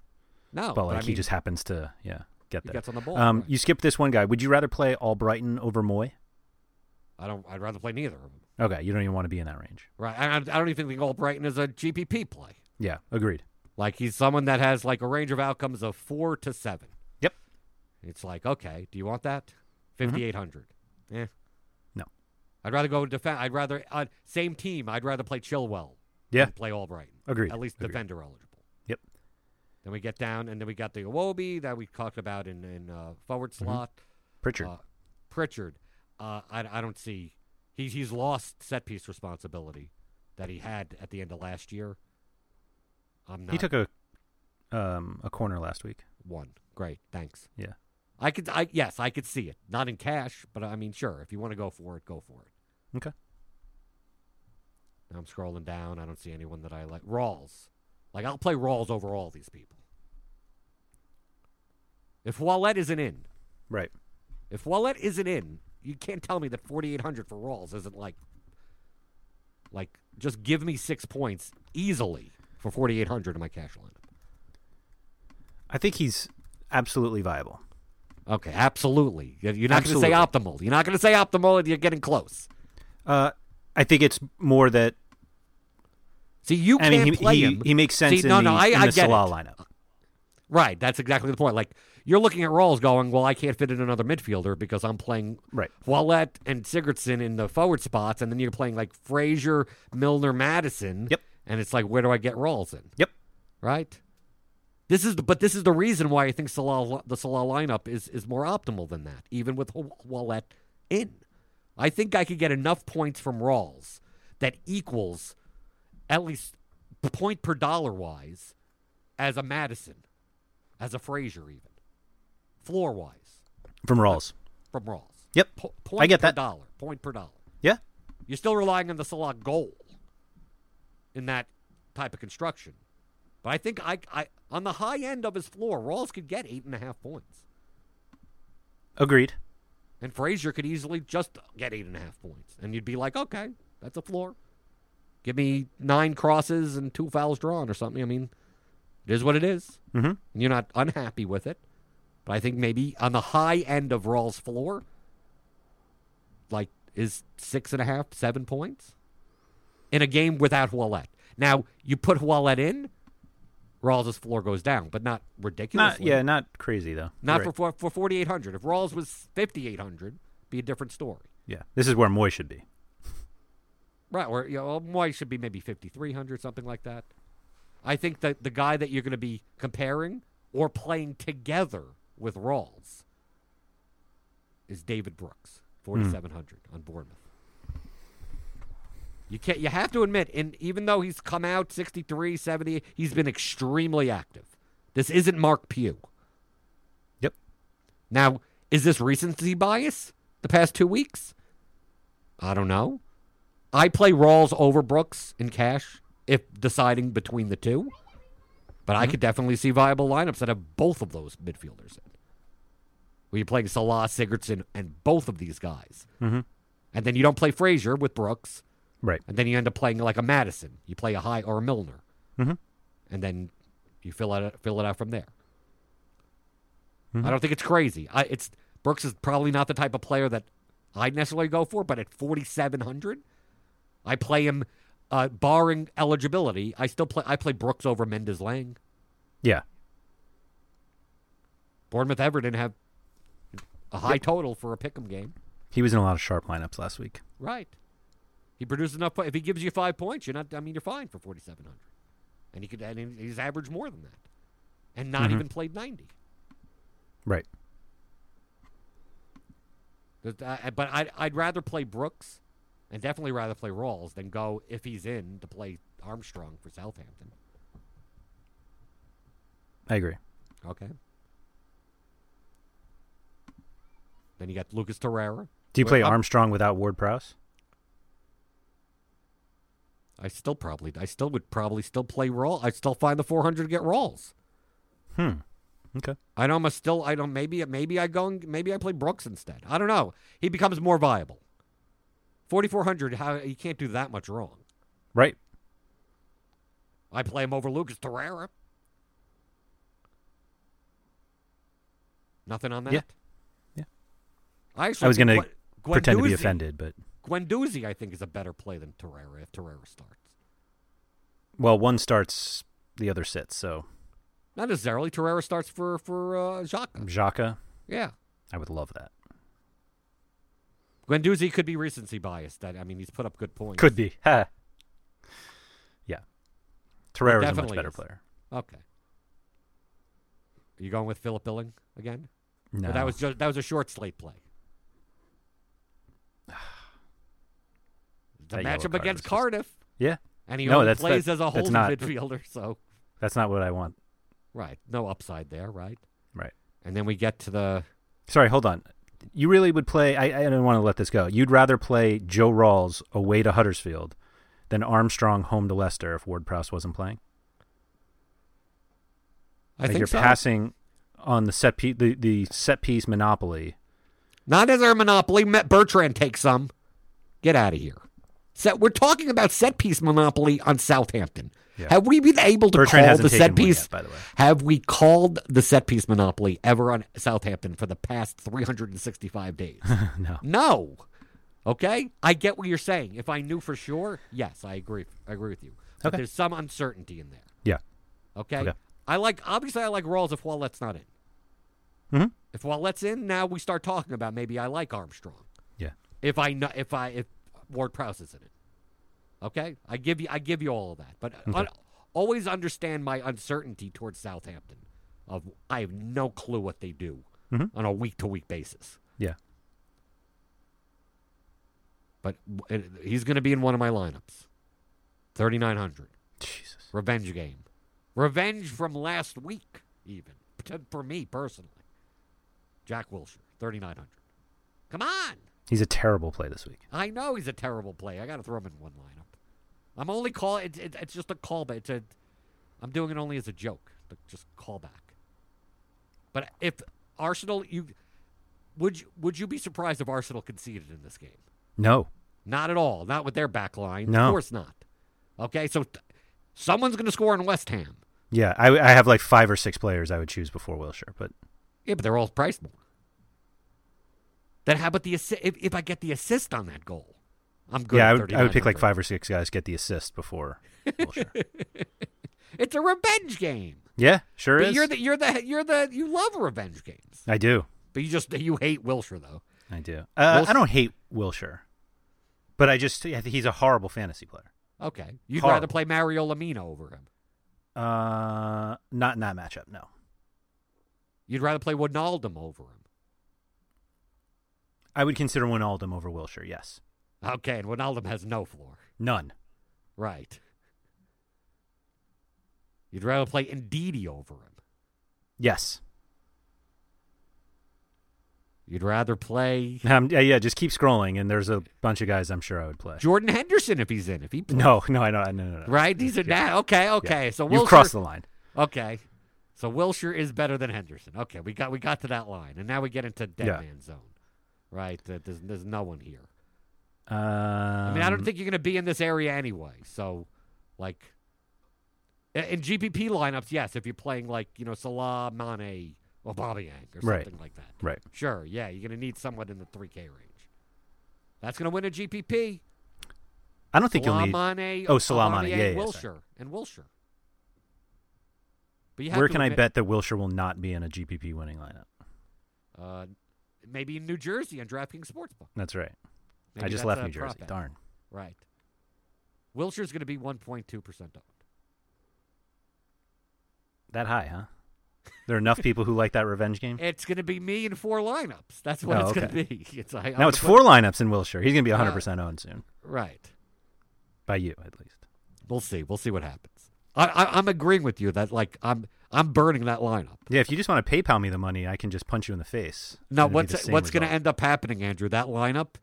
Speaker 3: no
Speaker 2: but like
Speaker 3: I
Speaker 2: he
Speaker 3: mean,
Speaker 2: just happens to, yeah, get
Speaker 3: He
Speaker 2: there.
Speaker 3: gets on the ball,
Speaker 2: Um,
Speaker 3: right.
Speaker 2: You skipped this one guy. Would you rather play Albrighton over Moy?
Speaker 3: i don't i'd rather play neither of them
Speaker 2: Okay, you don't even want to be in that range.
Speaker 3: right i, I don't even think all brighton is a gpp play
Speaker 2: Yeah, agreed.
Speaker 3: Like he's someone that has like a range of outcomes of four to seven.
Speaker 2: Yep. Mm-hmm.
Speaker 3: It's like, okay, do you want that? Fifty eight hundred. Yeah.
Speaker 2: No.
Speaker 3: I'd rather go defend. I'd rather uh, same team. I'd rather play Chilwell.
Speaker 2: Yeah.
Speaker 3: than play Albrighton.
Speaker 2: Agreed,
Speaker 3: At least
Speaker 2: agreed.
Speaker 3: defender eligible.
Speaker 2: Yep.
Speaker 3: Then we get down, and then we got the Iwobi that we talked about in in uh, forward slot.
Speaker 2: Mm-hmm. Pritchard.
Speaker 3: Uh, Pritchard. Uh, I I don't see. He's he's lost set piece responsibility that he had at the end of last year. I'm not
Speaker 2: he took a um, a corner last week.
Speaker 3: one. Great, thanks.
Speaker 2: Yeah.
Speaker 3: I could, I yes, I could see it. Not in cash, but I mean, sure. If you want to go for it, go for it.
Speaker 2: Okay.
Speaker 3: Now I'm scrolling down. I don't see anyone that I like. Rawls, like I'll play Rawls over all these people. If Wallet isn't in,
Speaker 2: Right.
Speaker 3: if Wallet isn't in, you can't tell me that 4,800 for Rawls isn't like, like just give me six points easily for 4,800 in my cash lineup.
Speaker 2: I think he's absolutely viable.
Speaker 3: Okay, absolutely. You're you're not going to say optimal. You're not going to say optimal, and you're getting close.
Speaker 2: Uh, I think it's more that
Speaker 3: See, you
Speaker 2: I
Speaker 3: can't
Speaker 2: mean he,
Speaker 3: play
Speaker 2: he,
Speaker 3: him.
Speaker 2: he makes sense
Speaker 3: See,
Speaker 2: in
Speaker 3: no,
Speaker 2: the,
Speaker 3: no, I,
Speaker 2: in
Speaker 3: I
Speaker 2: the
Speaker 3: get
Speaker 2: Salah
Speaker 3: it. Uh,
Speaker 2: lineup.
Speaker 3: Right, that's exactly the point. Like you're looking at roles, going, "Well, I can't fit in another midfielder because I'm playing
Speaker 2: Right.
Speaker 3: Wallet and Sigurdsson in the forward spots, and then you're playing like Frazier, Milner, Madison.
Speaker 2: Yep.
Speaker 3: And it's like, where do I get roles in?
Speaker 2: Yep.
Speaker 3: Right. This is, the, but this is the reason why I think Salah, the Salah lineup is is more optimal than that, even with Wa- Wallet in. I think I could get enough points from Rawls that equals at least point per dollar wise as a Madison, as a Frazier, even floor wise
Speaker 2: From Rawls.
Speaker 3: from Rawls.
Speaker 2: Yep.
Speaker 3: Po-
Speaker 2: I
Speaker 3: point
Speaker 2: get
Speaker 3: per
Speaker 2: that.
Speaker 3: dollar. Point per dollar.
Speaker 2: Yeah.
Speaker 3: You're still relying on the Salah goal in that type of construction. But I think I, I on the high end of his floor, Rawls could get eight and a half points.
Speaker 2: Agreed.
Speaker 3: And Frazier could easily just get eight and a half points. And you'd be like, okay, that's a floor. Give me nine crosses and two fouls drawn or something. I mean, it is what it is.
Speaker 2: Mhm.
Speaker 3: And you're not unhappy with it. But I think maybe on the high end of Rawls' floor, like, is six and a half, seven points in a game without Hualet. Now, you put Hualet in, Rawls' floor goes down, but not
Speaker 2: Not
Speaker 3: ridiculously.
Speaker 2: yeah, not crazy though.
Speaker 3: Not
Speaker 2: You're
Speaker 3: for
Speaker 2: right.
Speaker 3: for for forty eight hundred. If Rawls was fifty eight hundred, be a different story,
Speaker 2: Yeah. This is where Moy should be.
Speaker 3: right? Or you know, Moy should be maybe fifty three hundred, something like that. I think that the guy that you're going to be comparing or playing together with Rawls is David Brooks, forty seven hundred on Bournemouth. You can't. You have to admit, and even though he's come out 63, 70, he's been extremely active. This isn't Mark Pugh.
Speaker 2: Yep.
Speaker 3: Now, is this recency bias the past two weeks? I don't know. I play Rawls over Brooks in cash if deciding between the two, but I could definitely see viable lineups that have both of those midfielders in. Where you're playing Salah, Sigurdsson, and both of these guys. Mm-hmm. And then you don't play Frazier with Brooks,
Speaker 2: Right.
Speaker 3: and then you end up playing like a Madison. You play a high or a Milner,
Speaker 2: Mhm.
Speaker 3: and then you fill it fill it out from there. I don't think it's crazy. I, it's Brooks is probably not the type of player that I'd necessarily go for, but at forty seven hundred, I play him. Uh, barring eligibility, I still play. I play Brooks over Mendes Lang.
Speaker 2: Yeah.
Speaker 3: Bournemouth Everton have a high total for a pick'em game,
Speaker 2: He was in a lot of sharp lineups last week.
Speaker 3: right? He produced enough. po- If he gives you five points, you're not. I mean, you're fine for forty seven hundred, and he could. And he's averaged more than that, and not even played ninety.
Speaker 2: Right.
Speaker 3: But I- But I'd, I'd rather play Brooks and definitely rather play Rawls than go, if he's in, to play Armstrong for Southampton.
Speaker 2: I agree.
Speaker 3: Okay. Then you got Lucas Torreira.
Speaker 2: Do you
Speaker 3: Well, uh,
Speaker 2: play
Speaker 3: I'm-
Speaker 2: Armstrong without Ward Prowse?
Speaker 3: I still probably, I still would probably still play Rawls. I'd still find the 400 to get Rawls.
Speaker 2: Hmm. Okay.
Speaker 3: I'd almost still, I don't, maybe, maybe I go and, maybe I play Brooks instead. I don't know. He becomes more viable. 4,400, how, you can't do that much wrong.
Speaker 2: Right.
Speaker 3: I play him over Lucas Torreira. Nothing on that.
Speaker 2: Yeah. Yeah.
Speaker 3: I, actually
Speaker 2: I was
Speaker 3: think
Speaker 2: gonna
Speaker 3: Gwen-
Speaker 2: pretend to be
Speaker 3: Guendouzi-
Speaker 2: offended, but
Speaker 3: Guendouzi, I think, is a better play than Torreira if Torreira starts.
Speaker 2: well, one starts, the other sits. So
Speaker 3: Not necessarily. Torreira starts for for uh, Xhaka.
Speaker 2: Xhaka,
Speaker 3: Yeah.
Speaker 2: I would love that.
Speaker 3: Guendouzi could be recency biased. That I mean, he's put up good points.
Speaker 2: Could be. Ha. Yeah. Terrera is a much
Speaker 3: definitely
Speaker 2: better
Speaker 3: is.
Speaker 2: player.
Speaker 3: Okay. Are you going with Philip Billing again?
Speaker 2: No.
Speaker 3: Or that was just that was a short slate play. The
Speaker 2: That yellow
Speaker 3: matchup
Speaker 2: card was
Speaker 3: against
Speaker 2: just-
Speaker 3: Cardiff.
Speaker 2: yeah.
Speaker 3: And he
Speaker 2: No,
Speaker 3: only
Speaker 2: that's-
Speaker 3: plays
Speaker 2: that's-
Speaker 3: as a
Speaker 2: that's
Speaker 3: holding
Speaker 2: not-
Speaker 3: midfielder, so
Speaker 2: That's not what I want.
Speaker 3: right, no upside there, right?
Speaker 2: Right.
Speaker 3: And then we get to the
Speaker 2: Sorry, hold on. You really would play. I, I didn't want to let this go. You'd rather play Joe Rawls away to Huddersfield than Armstrong home to Leicester if Ward Prowse wasn't playing.
Speaker 3: I
Speaker 2: Like
Speaker 3: think
Speaker 2: you're
Speaker 3: so.
Speaker 2: passing on the set piece, the, the set piece monopoly.
Speaker 3: Not as our monopoly. Ma- Bertrand takes some. Get out of here. Set, we're talking about set piece monopoly on Southampton.
Speaker 2: Yeah.
Speaker 3: Have we been able to
Speaker 2: Bertrand
Speaker 3: call
Speaker 2: hasn't
Speaker 3: the
Speaker 2: taken
Speaker 3: set
Speaker 2: one
Speaker 3: piece?
Speaker 2: yet, by the way.
Speaker 3: Have we called the set piece monopoly ever on Southampton for the past 365 days?
Speaker 2: No.
Speaker 3: No. Okay? I get what you're saying. If I knew for sure, yes, I agree. I agree with you. But
Speaker 2: Okay.
Speaker 3: there's some uncertainty in there.
Speaker 2: Yeah.
Speaker 3: Okay?
Speaker 2: Okay.
Speaker 3: I like obviously I like Rawls if Wallet's not in.
Speaker 2: Mhm.
Speaker 3: If Wallet's in, now we start talking about maybe I like Armstrong.
Speaker 2: Yeah.
Speaker 3: If I kno- if I if Ward Prowse is in it. Okay? I give you I give you all of that. But un- always understand my uncertainty towards Southampton of I have no clue what they do
Speaker 2: Mhm.
Speaker 3: on a week to week basis.
Speaker 2: Yeah.
Speaker 3: But w- it, he's going to be in one of my lineups. 3900.
Speaker 2: Jesus.
Speaker 3: Revenge game. Revenge from last week even. T- For me personally. Jack Wilshire, 3900. Come on.
Speaker 2: He's a terrible play this week.
Speaker 3: I know he's a terrible play. I got to throw him in one lineup. I'm only call. It's it, it's just a callback. It's a. I'm doing it only as a joke. But just callback. But if Arsenal, you would you would you be surprised if Arsenal conceded in this game?
Speaker 2: No.
Speaker 3: Not at all. Not with their back line.
Speaker 2: No.
Speaker 3: Of course not. Okay, so t- someone's going to score in West Ham.
Speaker 2: Yeah. I, I have like five or six players I would choose before Wilshire, but
Speaker 3: Yeah, but they're all priced more. Then how about the assi- if, if I get the assist on that goal? I'm good.
Speaker 2: yeah,
Speaker 3: at
Speaker 2: I would, I would pick like
Speaker 3: 3900.
Speaker 2: five or six guys get the assist before Wilshire.
Speaker 3: It's a revenge game.
Speaker 2: yeah, sure
Speaker 3: But
Speaker 2: is.
Speaker 3: you're the you're the you're the you love revenge games.
Speaker 2: I do.
Speaker 3: But you just you hate Wilshire though.
Speaker 2: I do. Uh,
Speaker 3: Wils-
Speaker 2: I don't hate Wilshire, but I just I think he's a horrible fantasy player.
Speaker 3: Okay, you'd
Speaker 2: Horrible.
Speaker 3: rather play Mario Lamina over him.
Speaker 2: Uh, not in that matchup. No,
Speaker 3: You'd rather play Wijnaldum over him.
Speaker 2: I would consider Wijnaldum over Wilshire. Yes,
Speaker 3: Okay, and Wijnaldum has no floor.
Speaker 2: none.
Speaker 3: Right. You'd rather play Ndidi over him.
Speaker 2: Yes.
Speaker 3: You'd rather play
Speaker 2: Um, yeah, yeah. Just keep scrolling, and there's a bunch of guys I'm sure I would play.
Speaker 3: Jordan Henderson if he's in. If he plays.
Speaker 2: No, no, I know, no, no, no.
Speaker 3: Right? He's a
Speaker 2: Yeah.
Speaker 3: now. Okay, okay.
Speaker 2: Yeah.
Speaker 3: So
Speaker 2: you've
Speaker 3: Wilshire
Speaker 2: crossed the line.
Speaker 3: Okay. So Wilshire is better than Henderson. Okay, we got we got to that line, and now we get into dead
Speaker 2: Yeah.
Speaker 3: man zone, right? That there's there's no one here.
Speaker 2: Um,
Speaker 3: I mean, I don't think you're going to be in this area anyway. So, like, i- in GPP lineups, yes, if you're playing like you know Salah, Mane, or Aubameyang or something
Speaker 2: Right.
Speaker 3: like that,
Speaker 2: Right.
Speaker 3: Sure, yeah, you're going to need someone in the three K range. That's going to win a GPP.
Speaker 2: I don't think
Speaker 3: Salah,
Speaker 2: you'll need.
Speaker 3: Mane,
Speaker 2: Oh, Salah, Mane.
Speaker 3: Aubameyang,
Speaker 2: Yeah, yeah, sorry.
Speaker 3: Wilshire and Wilshire. But you have
Speaker 2: Where
Speaker 3: to
Speaker 2: can I
Speaker 3: admit-
Speaker 2: bet that Wilshire will not be in a GPP winning lineup?
Speaker 3: Uh, maybe in New Jersey on DraftKings Sportsbook.
Speaker 2: That's right.
Speaker 3: Maybe
Speaker 2: I just
Speaker 3: that's
Speaker 2: left
Speaker 3: a
Speaker 2: New Jersey.
Speaker 3: prop bet.
Speaker 2: Darn.
Speaker 3: Right. Wilshire's going to be 1.2% owned.
Speaker 2: That high, huh? There are enough people who like that revenge game.
Speaker 3: It's going to be me in four lineups. That's what
Speaker 2: Oh,
Speaker 3: it's
Speaker 2: okay.
Speaker 3: going to be. It's, I, I'm
Speaker 2: Now
Speaker 3: gonna
Speaker 2: it's
Speaker 3: put-
Speaker 2: four lineups in Wilshire. He's going to be
Speaker 3: Uh,
Speaker 2: 100% owned soon
Speaker 3: Right.
Speaker 2: by you, at least.
Speaker 3: We'll see. We'll see what happens. I, I, I'm agreeing with you that like I'm I'm burning that lineup.
Speaker 2: Yeah, if you just want to PayPal me the money, I can just punch you in the face.
Speaker 3: Now
Speaker 2: and it'll be the
Speaker 3: what's
Speaker 2: same
Speaker 3: what's going to
Speaker 2: result.
Speaker 3: end up happening, Andrew? That lineup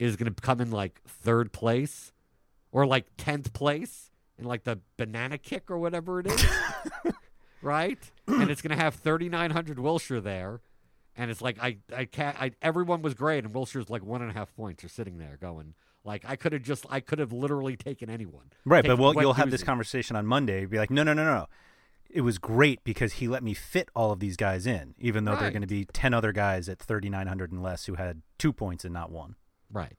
Speaker 3: is going to come in like third place or like tenth place in like the banana kick or whatever it is, right? And it's going to have thirty nine hundred Wilshire there, and it's like I I can't. I, everyone was great, and Wilshire's like one and a half points. You're sitting there going like I could have just I could have literally taken anyone.
Speaker 2: Right, but
Speaker 3: Taken
Speaker 2: we'll, you'll have
Speaker 3: Guendouzi.
Speaker 2: this conversation on Monday. You'll Be like, no, no, no, no. It was great because he let me fit all of these guys in, even though there are
Speaker 3: Right.
Speaker 2: going to be 10 other guys at 3,900 and less who had two points and not one.
Speaker 3: right.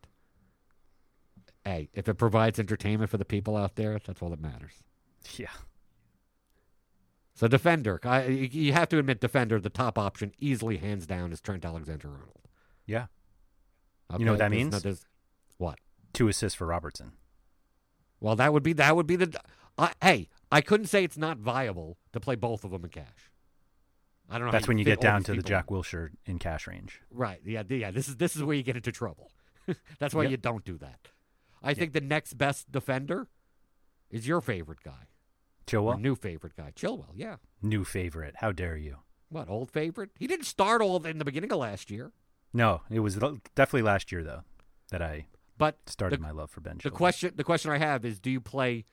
Speaker 3: Hey, if it provides entertainment for the people out there, that's all that matters.
Speaker 2: Yeah.
Speaker 3: So defender, I, you you have to admit, defender, the top option, easily hands down, is Trent Alexander-Arnold.
Speaker 2: Yeah. You know what that
Speaker 3: There's
Speaker 2: means?
Speaker 3: there's- what?
Speaker 2: Two assists for Robertson.
Speaker 3: Well, that would be that would be the. I, hey, I couldn't say it's not viable to play both of them in cash. I don't know. how
Speaker 2: That's when you
Speaker 3: fit
Speaker 2: get
Speaker 3: all
Speaker 2: down
Speaker 3: these
Speaker 2: to the
Speaker 3: people
Speaker 2: Jack
Speaker 3: in.
Speaker 2: Wilshire in cash range.
Speaker 3: Right. Yeah. Yeah. This is this is where you get into trouble. That's why
Speaker 2: Yeah.
Speaker 3: you don't do that. I think the next best defender is your favorite guy, your
Speaker 2: Chilwell,
Speaker 3: new favorite guy, Chilwell. Yeah.
Speaker 2: new favorite. How dare you?
Speaker 3: What old favorite? He didn't start all in the beginning of last year.
Speaker 2: No, it was l- definitely last year, though, that I
Speaker 3: But
Speaker 2: started
Speaker 3: the,
Speaker 2: my love for Ben
Speaker 3: the
Speaker 2: Chilwell.
Speaker 3: question the question I have is do you play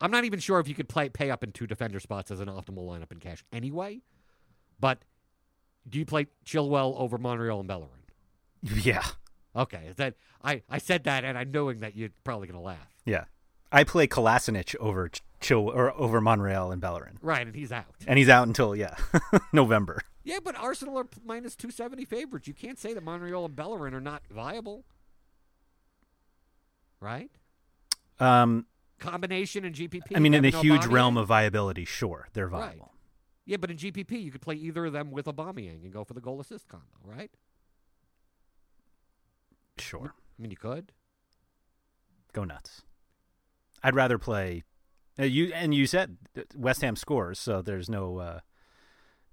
Speaker 3: I'm not even sure if you could play pay up in two defender spots as an optimal lineup in cash anyway. But do you play Chilwell over Monreal and Bellerin?
Speaker 2: Yeah.
Speaker 3: Okay, that I, I said that, and I'm knowing that you're probably gonna laugh.
Speaker 2: Yeah. I play Kolasinic over Ch- Chil or over Monreal and Bellerin.
Speaker 3: Right, and he's out.
Speaker 2: And he's out until yeah, November.
Speaker 3: Yeah, but Arsenal are p- minus two seventy favorites. You can't say that Montreal and Bellerin are not viable, right?
Speaker 2: Um
Speaker 3: Combination and GPP.
Speaker 2: I mean
Speaker 3: you
Speaker 2: in a
Speaker 3: have an
Speaker 2: huge
Speaker 3: Aubameyang.
Speaker 2: realm of viability, sure, they're viable.
Speaker 3: Yeah, but in GPP you could play either of them with Aubameyang and go for the goal assist combo, right?
Speaker 2: Sure.
Speaker 3: I mean, you could.
Speaker 2: Go nuts. I'd rather play uh, you and you said that West Ham scores, so there's no uh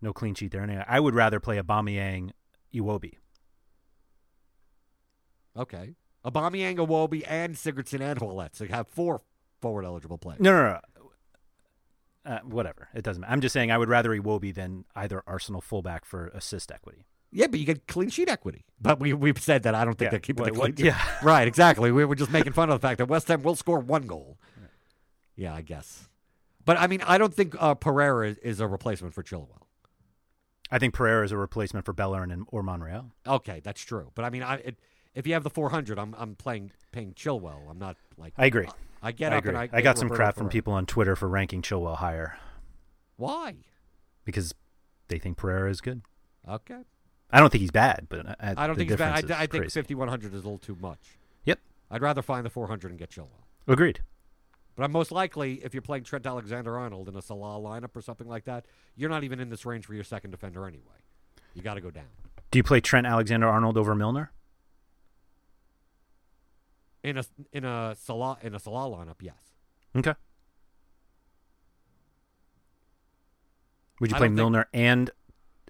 Speaker 2: no clean sheet there anyway. I would rather play Aubameyang Iwobi.
Speaker 3: Okay, Aubameyang, Awobi, and Sigurdsson and Holet. So you have four forward eligible players.
Speaker 2: No, no, no. Uh, whatever. It doesn't matter. I'm just saying I would rather Iwobi than either Arsenal fullback for assist equity.
Speaker 3: Yeah, but you get clean sheet equity. But we we've said that I don't think
Speaker 2: Yeah,
Speaker 3: they're keeping
Speaker 2: what-
Speaker 3: the
Speaker 2: what-
Speaker 3: clean sheet.
Speaker 2: yeah.
Speaker 3: Right, exactly. We were just making fun of the fact that West Ham will score one goal. Yeah, I guess. But I mean, I don't think uh, Pereira is, is a replacement for Chilwell.
Speaker 2: I think Pereira is a replacement for Bellerin and or Monreal.
Speaker 3: Okay, that's true. But I mean, I it, if you have the 400, I'm I'm playing paying Chilwell. I'm not like
Speaker 2: I agree.
Speaker 3: I get
Speaker 2: I
Speaker 3: up
Speaker 2: agree.
Speaker 3: and I,
Speaker 2: I,
Speaker 3: get
Speaker 2: got some
Speaker 3: Roberto
Speaker 2: crap from
Speaker 3: Pereira.
Speaker 2: people on Twitter for ranking Chilwell higher
Speaker 3: Why?
Speaker 2: because they think Pereira is good.
Speaker 3: Okay,
Speaker 2: I don't think he's bad, but I,
Speaker 3: I don't
Speaker 2: the
Speaker 3: think it's bad.
Speaker 2: difference
Speaker 3: I, I
Speaker 2: is
Speaker 3: think
Speaker 2: crazy.
Speaker 3: 5100 is a little too much.
Speaker 2: Yep,
Speaker 3: I'd rather find the 400 and get Chilwell.
Speaker 2: agreed.
Speaker 3: But I'm most likely, if you're playing Trent Alexander Arnold in a Salah lineup or something like that, you're not even in this range for your second defender anyway. You got to go down
Speaker 2: Do you play Trent Alexander Arnold over Milner?
Speaker 3: in a in a Salah in a Salah lineup. Yes,
Speaker 2: Okay. Would you
Speaker 3: I
Speaker 2: play
Speaker 3: don't think-
Speaker 2: Milner and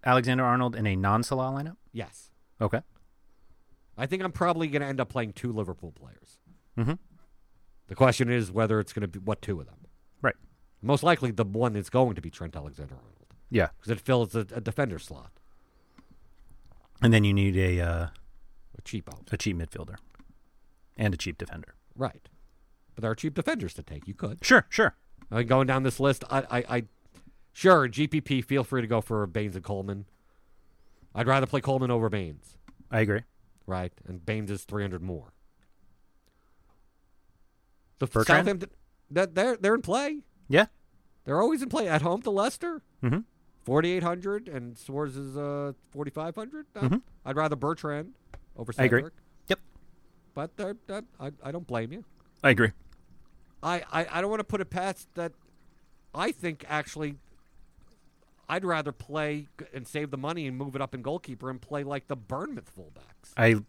Speaker 2: Alexander Arnold in a non-Salah lineup?
Speaker 3: yes.
Speaker 2: Okay.
Speaker 3: I think I'm probably going to end up playing two Liverpool players.
Speaker 2: Mm-hmm.
Speaker 3: The question is whether it's going to be what two of them.
Speaker 2: Right.
Speaker 3: Most likely, the one that's going to be Trent Alexander Arnold
Speaker 2: Yeah.
Speaker 3: because it fills a, a defender slot,
Speaker 2: And then you need a uh,
Speaker 3: a cheapo.
Speaker 2: a cheap midfielder and a cheap defender.
Speaker 3: Right. But there are cheap defenders to take. You could.
Speaker 2: Sure, sure.
Speaker 3: I mean, Uh, going down this list, I, I, I, sure, GPP, feel free to go for Baines and Coleman. I'd rather play Coleman over Baines,
Speaker 2: I agree.
Speaker 3: right? And Baines is 300 more. The
Speaker 2: Bertrand?
Speaker 3: Southampton, that they're they're in play.
Speaker 2: Yeah.
Speaker 3: They're always in play at home to Leicester,
Speaker 2: Mm-hmm.
Speaker 3: 4,800, and Swords is uh 4,500. Uh,
Speaker 2: Mhm.
Speaker 3: I'd rather Bertrand over
Speaker 2: I agree.
Speaker 3: Cedric,
Speaker 2: Yep.
Speaker 3: but they're, that I I don't blame you.
Speaker 2: I agree.
Speaker 3: I, I, I don't want to put it past that. I think actually, I'd rather play g- and save the money and move it up in goalkeeper and play like the Bournemouth fullbacks.
Speaker 2: I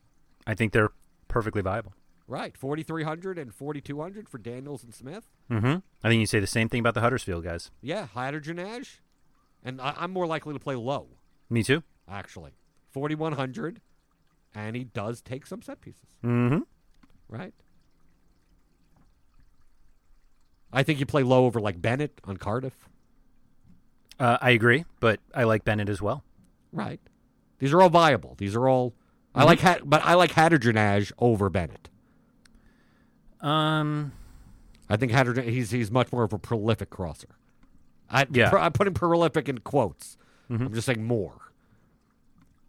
Speaker 2: I think they're perfectly viable.
Speaker 3: Right, 4,300 and 4,200 for Daniels and Smith.
Speaker 2: Mm-hmm. I think you say the same thing about the Huddersfield guys.
Speaker 3: Yeah, hydrogen ash. And I, I'm more likely to play low,
Speaker 2: Me too.
Speaker 3: actually. 4,100, and he does take some set pieces,
Speaker 2: Mm-hmm.
Speaker 3: right? I think you play low over like Bennett on Cardiff.
Speaker 2: Uh, I agree, but I like Bennett as well.
Speaker 3: Right. These are all viable. These are all. I like, Hat, but I like Hattergenage over Bennett.
Speaker 2: Um,
Speaker 3: I think Hattergen. He's he's much more of a prolific crosser. I
Speaker 2: Yeah. Mm-hmm.
Speaker 3: pro- I'm putting prolific in quotes. I'm just saying more.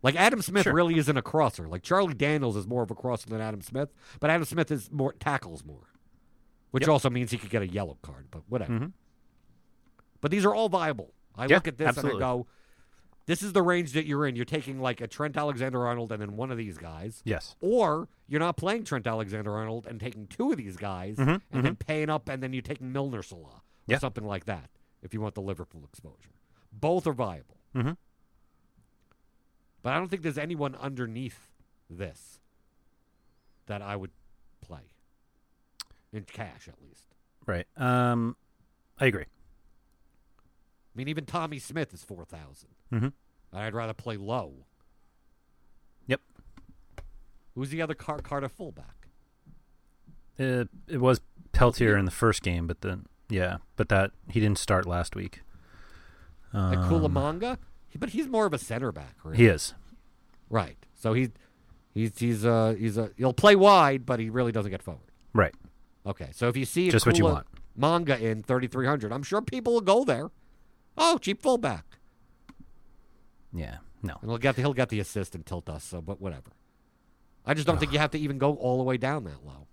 Speaker 3: Like Adam Smith
Speaker 2: Sure.
Speaker 3: really isn't a crosser. Like Charlie Daniels is more of a crosser than Adam Smith, but Adam Smith is more tackles more, which
Speaker 2: Yep.
Speaker 3: also means he could get a yellow card. But whatever.
Speaker 2: Mhm.
Speaker 3: But these are all viable. I
Speaker 2: Yeah,
Speaker 3: look at this
Speaker 2: absolutely.
Speaker 3: and I go, "This is the range that you're in. You're taking like a Trent Alexander Arnold and then one of these guys."
Speaker 2: yes.
Speaker 3: Or you're not playing Trent Alexander Arnold and taking two of these guys
Speaker 2: Mhm,
Speaker 3: and then paying up, and then you're taking Milner Salah or
Speaker 2: Yeah.
Speaker 3: something like that if you want the Liverpool exposure. Both are viable.
Speaker 2: Mm-hmm.
Speaker 3: But I don't think there's anyone underneath this that I would play in cash, at least.
Speaker 2: Right. Um, I agree.
Speaker 3: I mean, even Tommy Smith is 4,000.
Speaker 2: Mm-hmm.
Speaker 3: and I'd rather play low.
Speaker 2: Yep.
Speaker 3: Who's the other Car- Cardiff fullback?
Speaker 2: It, it was Peltier in the first game, but then yeah, but that he didn't start last week. Um,
Speaker 3: Like Kulamanga? He- But he's more of a center back, really.
Speaker 2: He is.
Speaker 3: Right. So he, he's he's uh he's a he'll play wide, but he really doesn't get forward.
Speaker 2: Right.
Speaker 3: Okay. So if you see a
Speaker 2: Just what you
Speaker 3: Kula
Speaker 2: want.
Speaker 3: manga in thirty three hundred, I'm sure people will go there. Oh, cheap fullback,
Speaker 2: Yeah. No.
Speaker 3: and he'll get the, he'll get the assist and tilt us. So, but whatever. I just don't think you have to even go all the way down that low.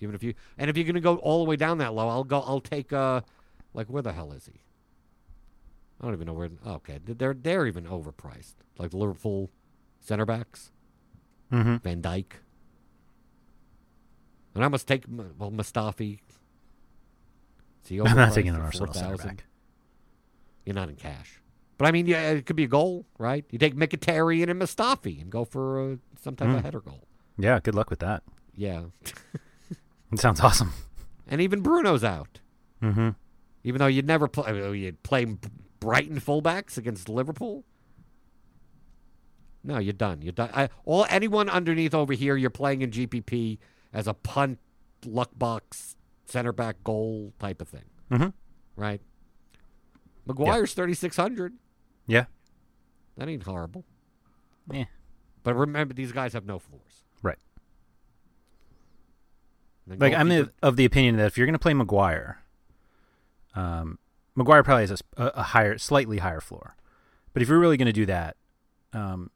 Speaker 3: Even if you and if you're going to go all the way down that low, I'll go. I'll take uh, like where the hell is he? I don't even know where. Okay, they're they're even overpriced. Like the Liverpool center backs,
Speaker 2: Mhm.
Speaker 3: Van Dyke, and I must take M- well Mustafi. Is he
Speaker 2: I'm not
Speaker 3: overpriced
Speaker 2: taking
Speaker 3: at
Speaker 2: an Arsenal center
Speaker 3: 4,000?
Speaker 2: back.
Speaker 3: You're not in cash. But I mean, yeah, it could be a goal, right? You take Mkhitaryan and Mustafi and go for uh, some type
Speaker 2: Mm.
Speaker 3: of header goal.
Speaker 2: Yeah, good luck with that.
Speaker 3: Yeah,
Speaker 2: It sounds awesome.
Speaker 3: and even Bruno's out.
Speaker 2: Mm-hmm.
Speaker 3: Even though you'd never play, oh, you'd play B- Brighton fullbacks against Liverpool. No, you're done. You're done. I, all anyone underneath over here, you're playing in GPP as a punt, luck box, center back goal type of thing,
Speaker 2: Mhm.
Speaker 3: right? Maguire's thirty six hundred.
Speaker 2: Yeah.
Speaker 3: That ain't horrible.
Speaker 2: Yeah.
Speaker 3: But remember, these guys have no floors.
Speaker 2: Right.
Speaker 3: And
Speaker 2: Like I'm
Speaker 3: goalkeeper-
Speaker 2: the, of the opinion that if you're going to play Maguire, um, Maguire probably has a s- a, a higher, slightly higher floor. But if you're really going to do that, um,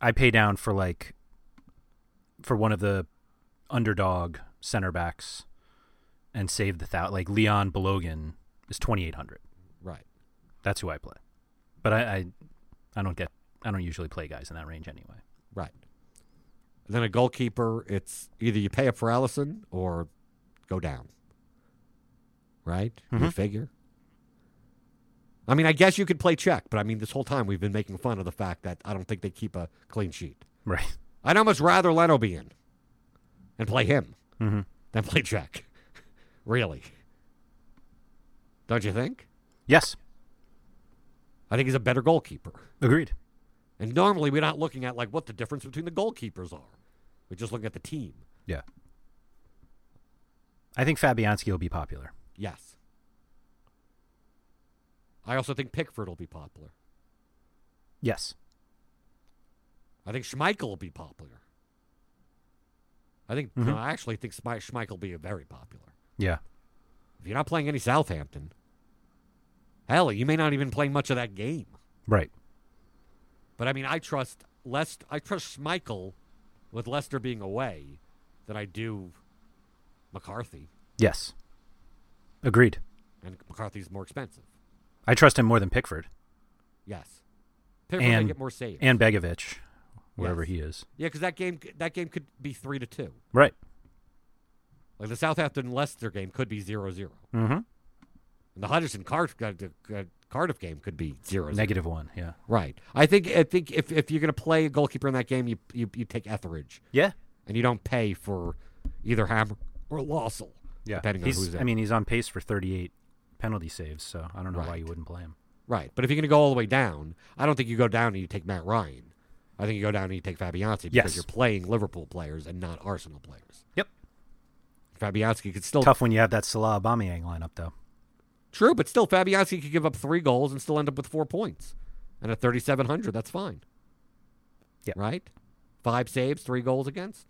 Speaker 2: I pay down for like for one of the underdog center backs and save the thou like Leon Balogun is 2800.
Speaker 3: right.
Speaker 2: That's who I play. But I, I I don't get I don't usually play guys in that range anyway.
Speaker 3: Right. And then a goalkeeper, it's either you pay up for Allison or go down. Right? You
Speaker 2: Mhm.
Speaker 3: figure. I mean, I guess you could play check, but I mean, this whole time we've been making fun of the fact that I don't think they keep a clean sheet.
Speaker 2: Right.
Speaker 3: I'd almost rather Leno be in and play him
Speaker 2: Mm-hmm.
Speaker 3: than play check. really. Don't you think?
Speaker 2: Yes.
Speaker 3: I think he's a better goalkeeper.
Speaker 2: Agreed.
Speaker 3: And normally we're not looking at like what the difference between the goalkeepers are. We're just looking at the team.
Speaker 2: Yeah. I think Fabianski will be popular.
Speaker 3: Yes. I also think Pickford will be popular.
Speaker 2: Yes.
Speaker 3: I think Schmeichel will be popular. I think
Speaker 2: Mm-hmm.
Speaker 3: no, I actually think Schme- Schmeichel will be very popular.
Speaker 2: Yeah.
Speaker 3: If you're not playing any Southampton, hell, you may not even play much of that game.
Speaker 2: Right.
Speaker 3: But I mean, I trust Lest. I trust Schmeichel with Lester being away than I do McCarthy,
Speaker 2: Yes. Agreed.
Speaker 3: and McCarthy's more expensive.
Speaker 2: I trust him more than Pickford
Speaker 3: Yes, Pickford may
Speaker 2: And-
Speaker 3: get more saves.
Speaker 2: and Begovic, wherever
Speaker 3: Yes.
Speaker 2: he is.
Speaker 3: Yeah, because that game that game could be three to two.
Speaker 2: Right.
Speaker 3: Like the Southampton Leicester game could be 0 0.
Speaker 2: Mm-hmm.
Speaker 3: And the Huddersfield Cardiff, uh, Cardiff game could be 0 0.
Speaker 2: Negative one. Yeah.
Speaker 3: Right. I think I think if, if you're going to play a goalkeeper in that game, you, you you take Etheridge
Speaker 2: Yeah.
Speaker 3: and you don't pay for either Hammer or Lawsell.
Speaker 2: Yeah.
Speaker 3: Depending on
Speaker 2: he's,
Speaker 3: who's in.
Speaker 2: I mean, he's on pace for 38 penalty saves, so I don't know why
Speaker 3: Right.
Speaker 2: you wouldn't play him.
Speaker 3: Right. But if you're going to go all the way down, I don't think you go down and you take Matt Ryan. I think you go down and you take Fabianski because
Speaker 2: Yes.
Speaker 3: you're playing Liverpool players and not Arsenal players.
Speaker 2: Yep.
Speaker 3: Fabianski could still
Speaker 2: Tough when you have that Salah Aubameyang lineup, though.
Speaker 3: True, but still, Fabianski could give up three goals and still end up with four points. And at 3,700, that's fine.
Speaker 2: Yeah.
Speaker 3: Right? Five saves, three goals against.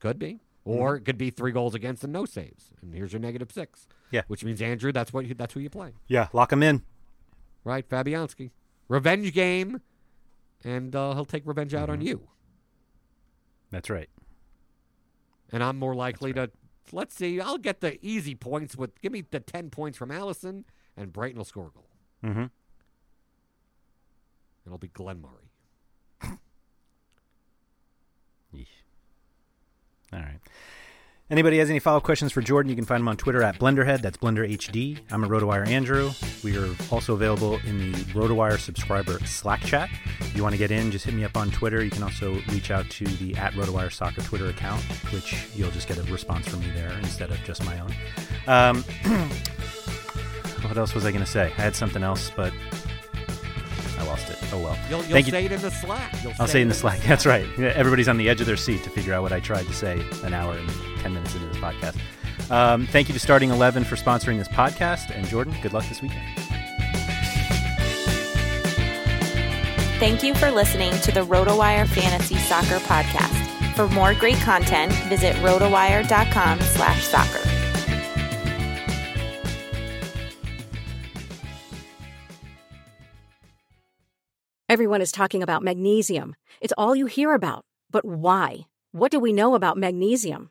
Speaker 3: Could be.
Speaker 2: Mm-hmm.
Speaker 3: Or it could be three goals against and no saves. And here's your negative six.
Speaker 2: Yeah.
Speaker 3: Which means, Andrew, that's what you, that's who you play.
Speaker 2: Yeah. Lock him in.
Speaker 3: Right? Fabianski. Revenge game. And uh, he'll take revenge out
Speaker 2: Mm-hmm.
Speaker 3: on you.
Speaker 2: That's right.
Speaker 3: and I'm more likely to let's see. I'll get the easy points with give me the ten points from Allison, and Brighton will score a goal.
Speaker 2: Mhm.
Speaker 3: And it'll be Glenn Murray.
Speaker 2: Yeesh. All right. Anybody has any follow-up questions for Jordan, you can find him on Twitter at Blenderhead. That's BlenderHD. I'm a RotoWire Andrew. We are also available in the RotoWire subscriber Slack chat. If you want to get in, just hit me up on Twitter. You can also reach out to the at RotoWire Soccer Twitter account, which you'll just get a response from me there instead of just my own. Um, what else was I going to say? I had something else, but I lost it. Oh well.
Speaker 3: You'll, you'll
Speaker 2: Thank you.
Speaker 3: say it in the Slack. You'll
Speaker 2: I'll say in the Slack. That's right. Yeah, Everybody's on the edge of their seat to figure out what I tried to say an hour and 10 minutes into this podcast. Um, thank you to Starting 11 for sponsoring this podcast. And Jordan, good luck this weekend.
Speaker 4: Thank you for listening to the RotoWire Fantasy Soccer Podcast. For more great content, visit rotowire.com slash soccer.
Speaker 5: Everyone is talking about magnesium. It's all you hear about.
Speaker 4: But why? What do we know about magnesium?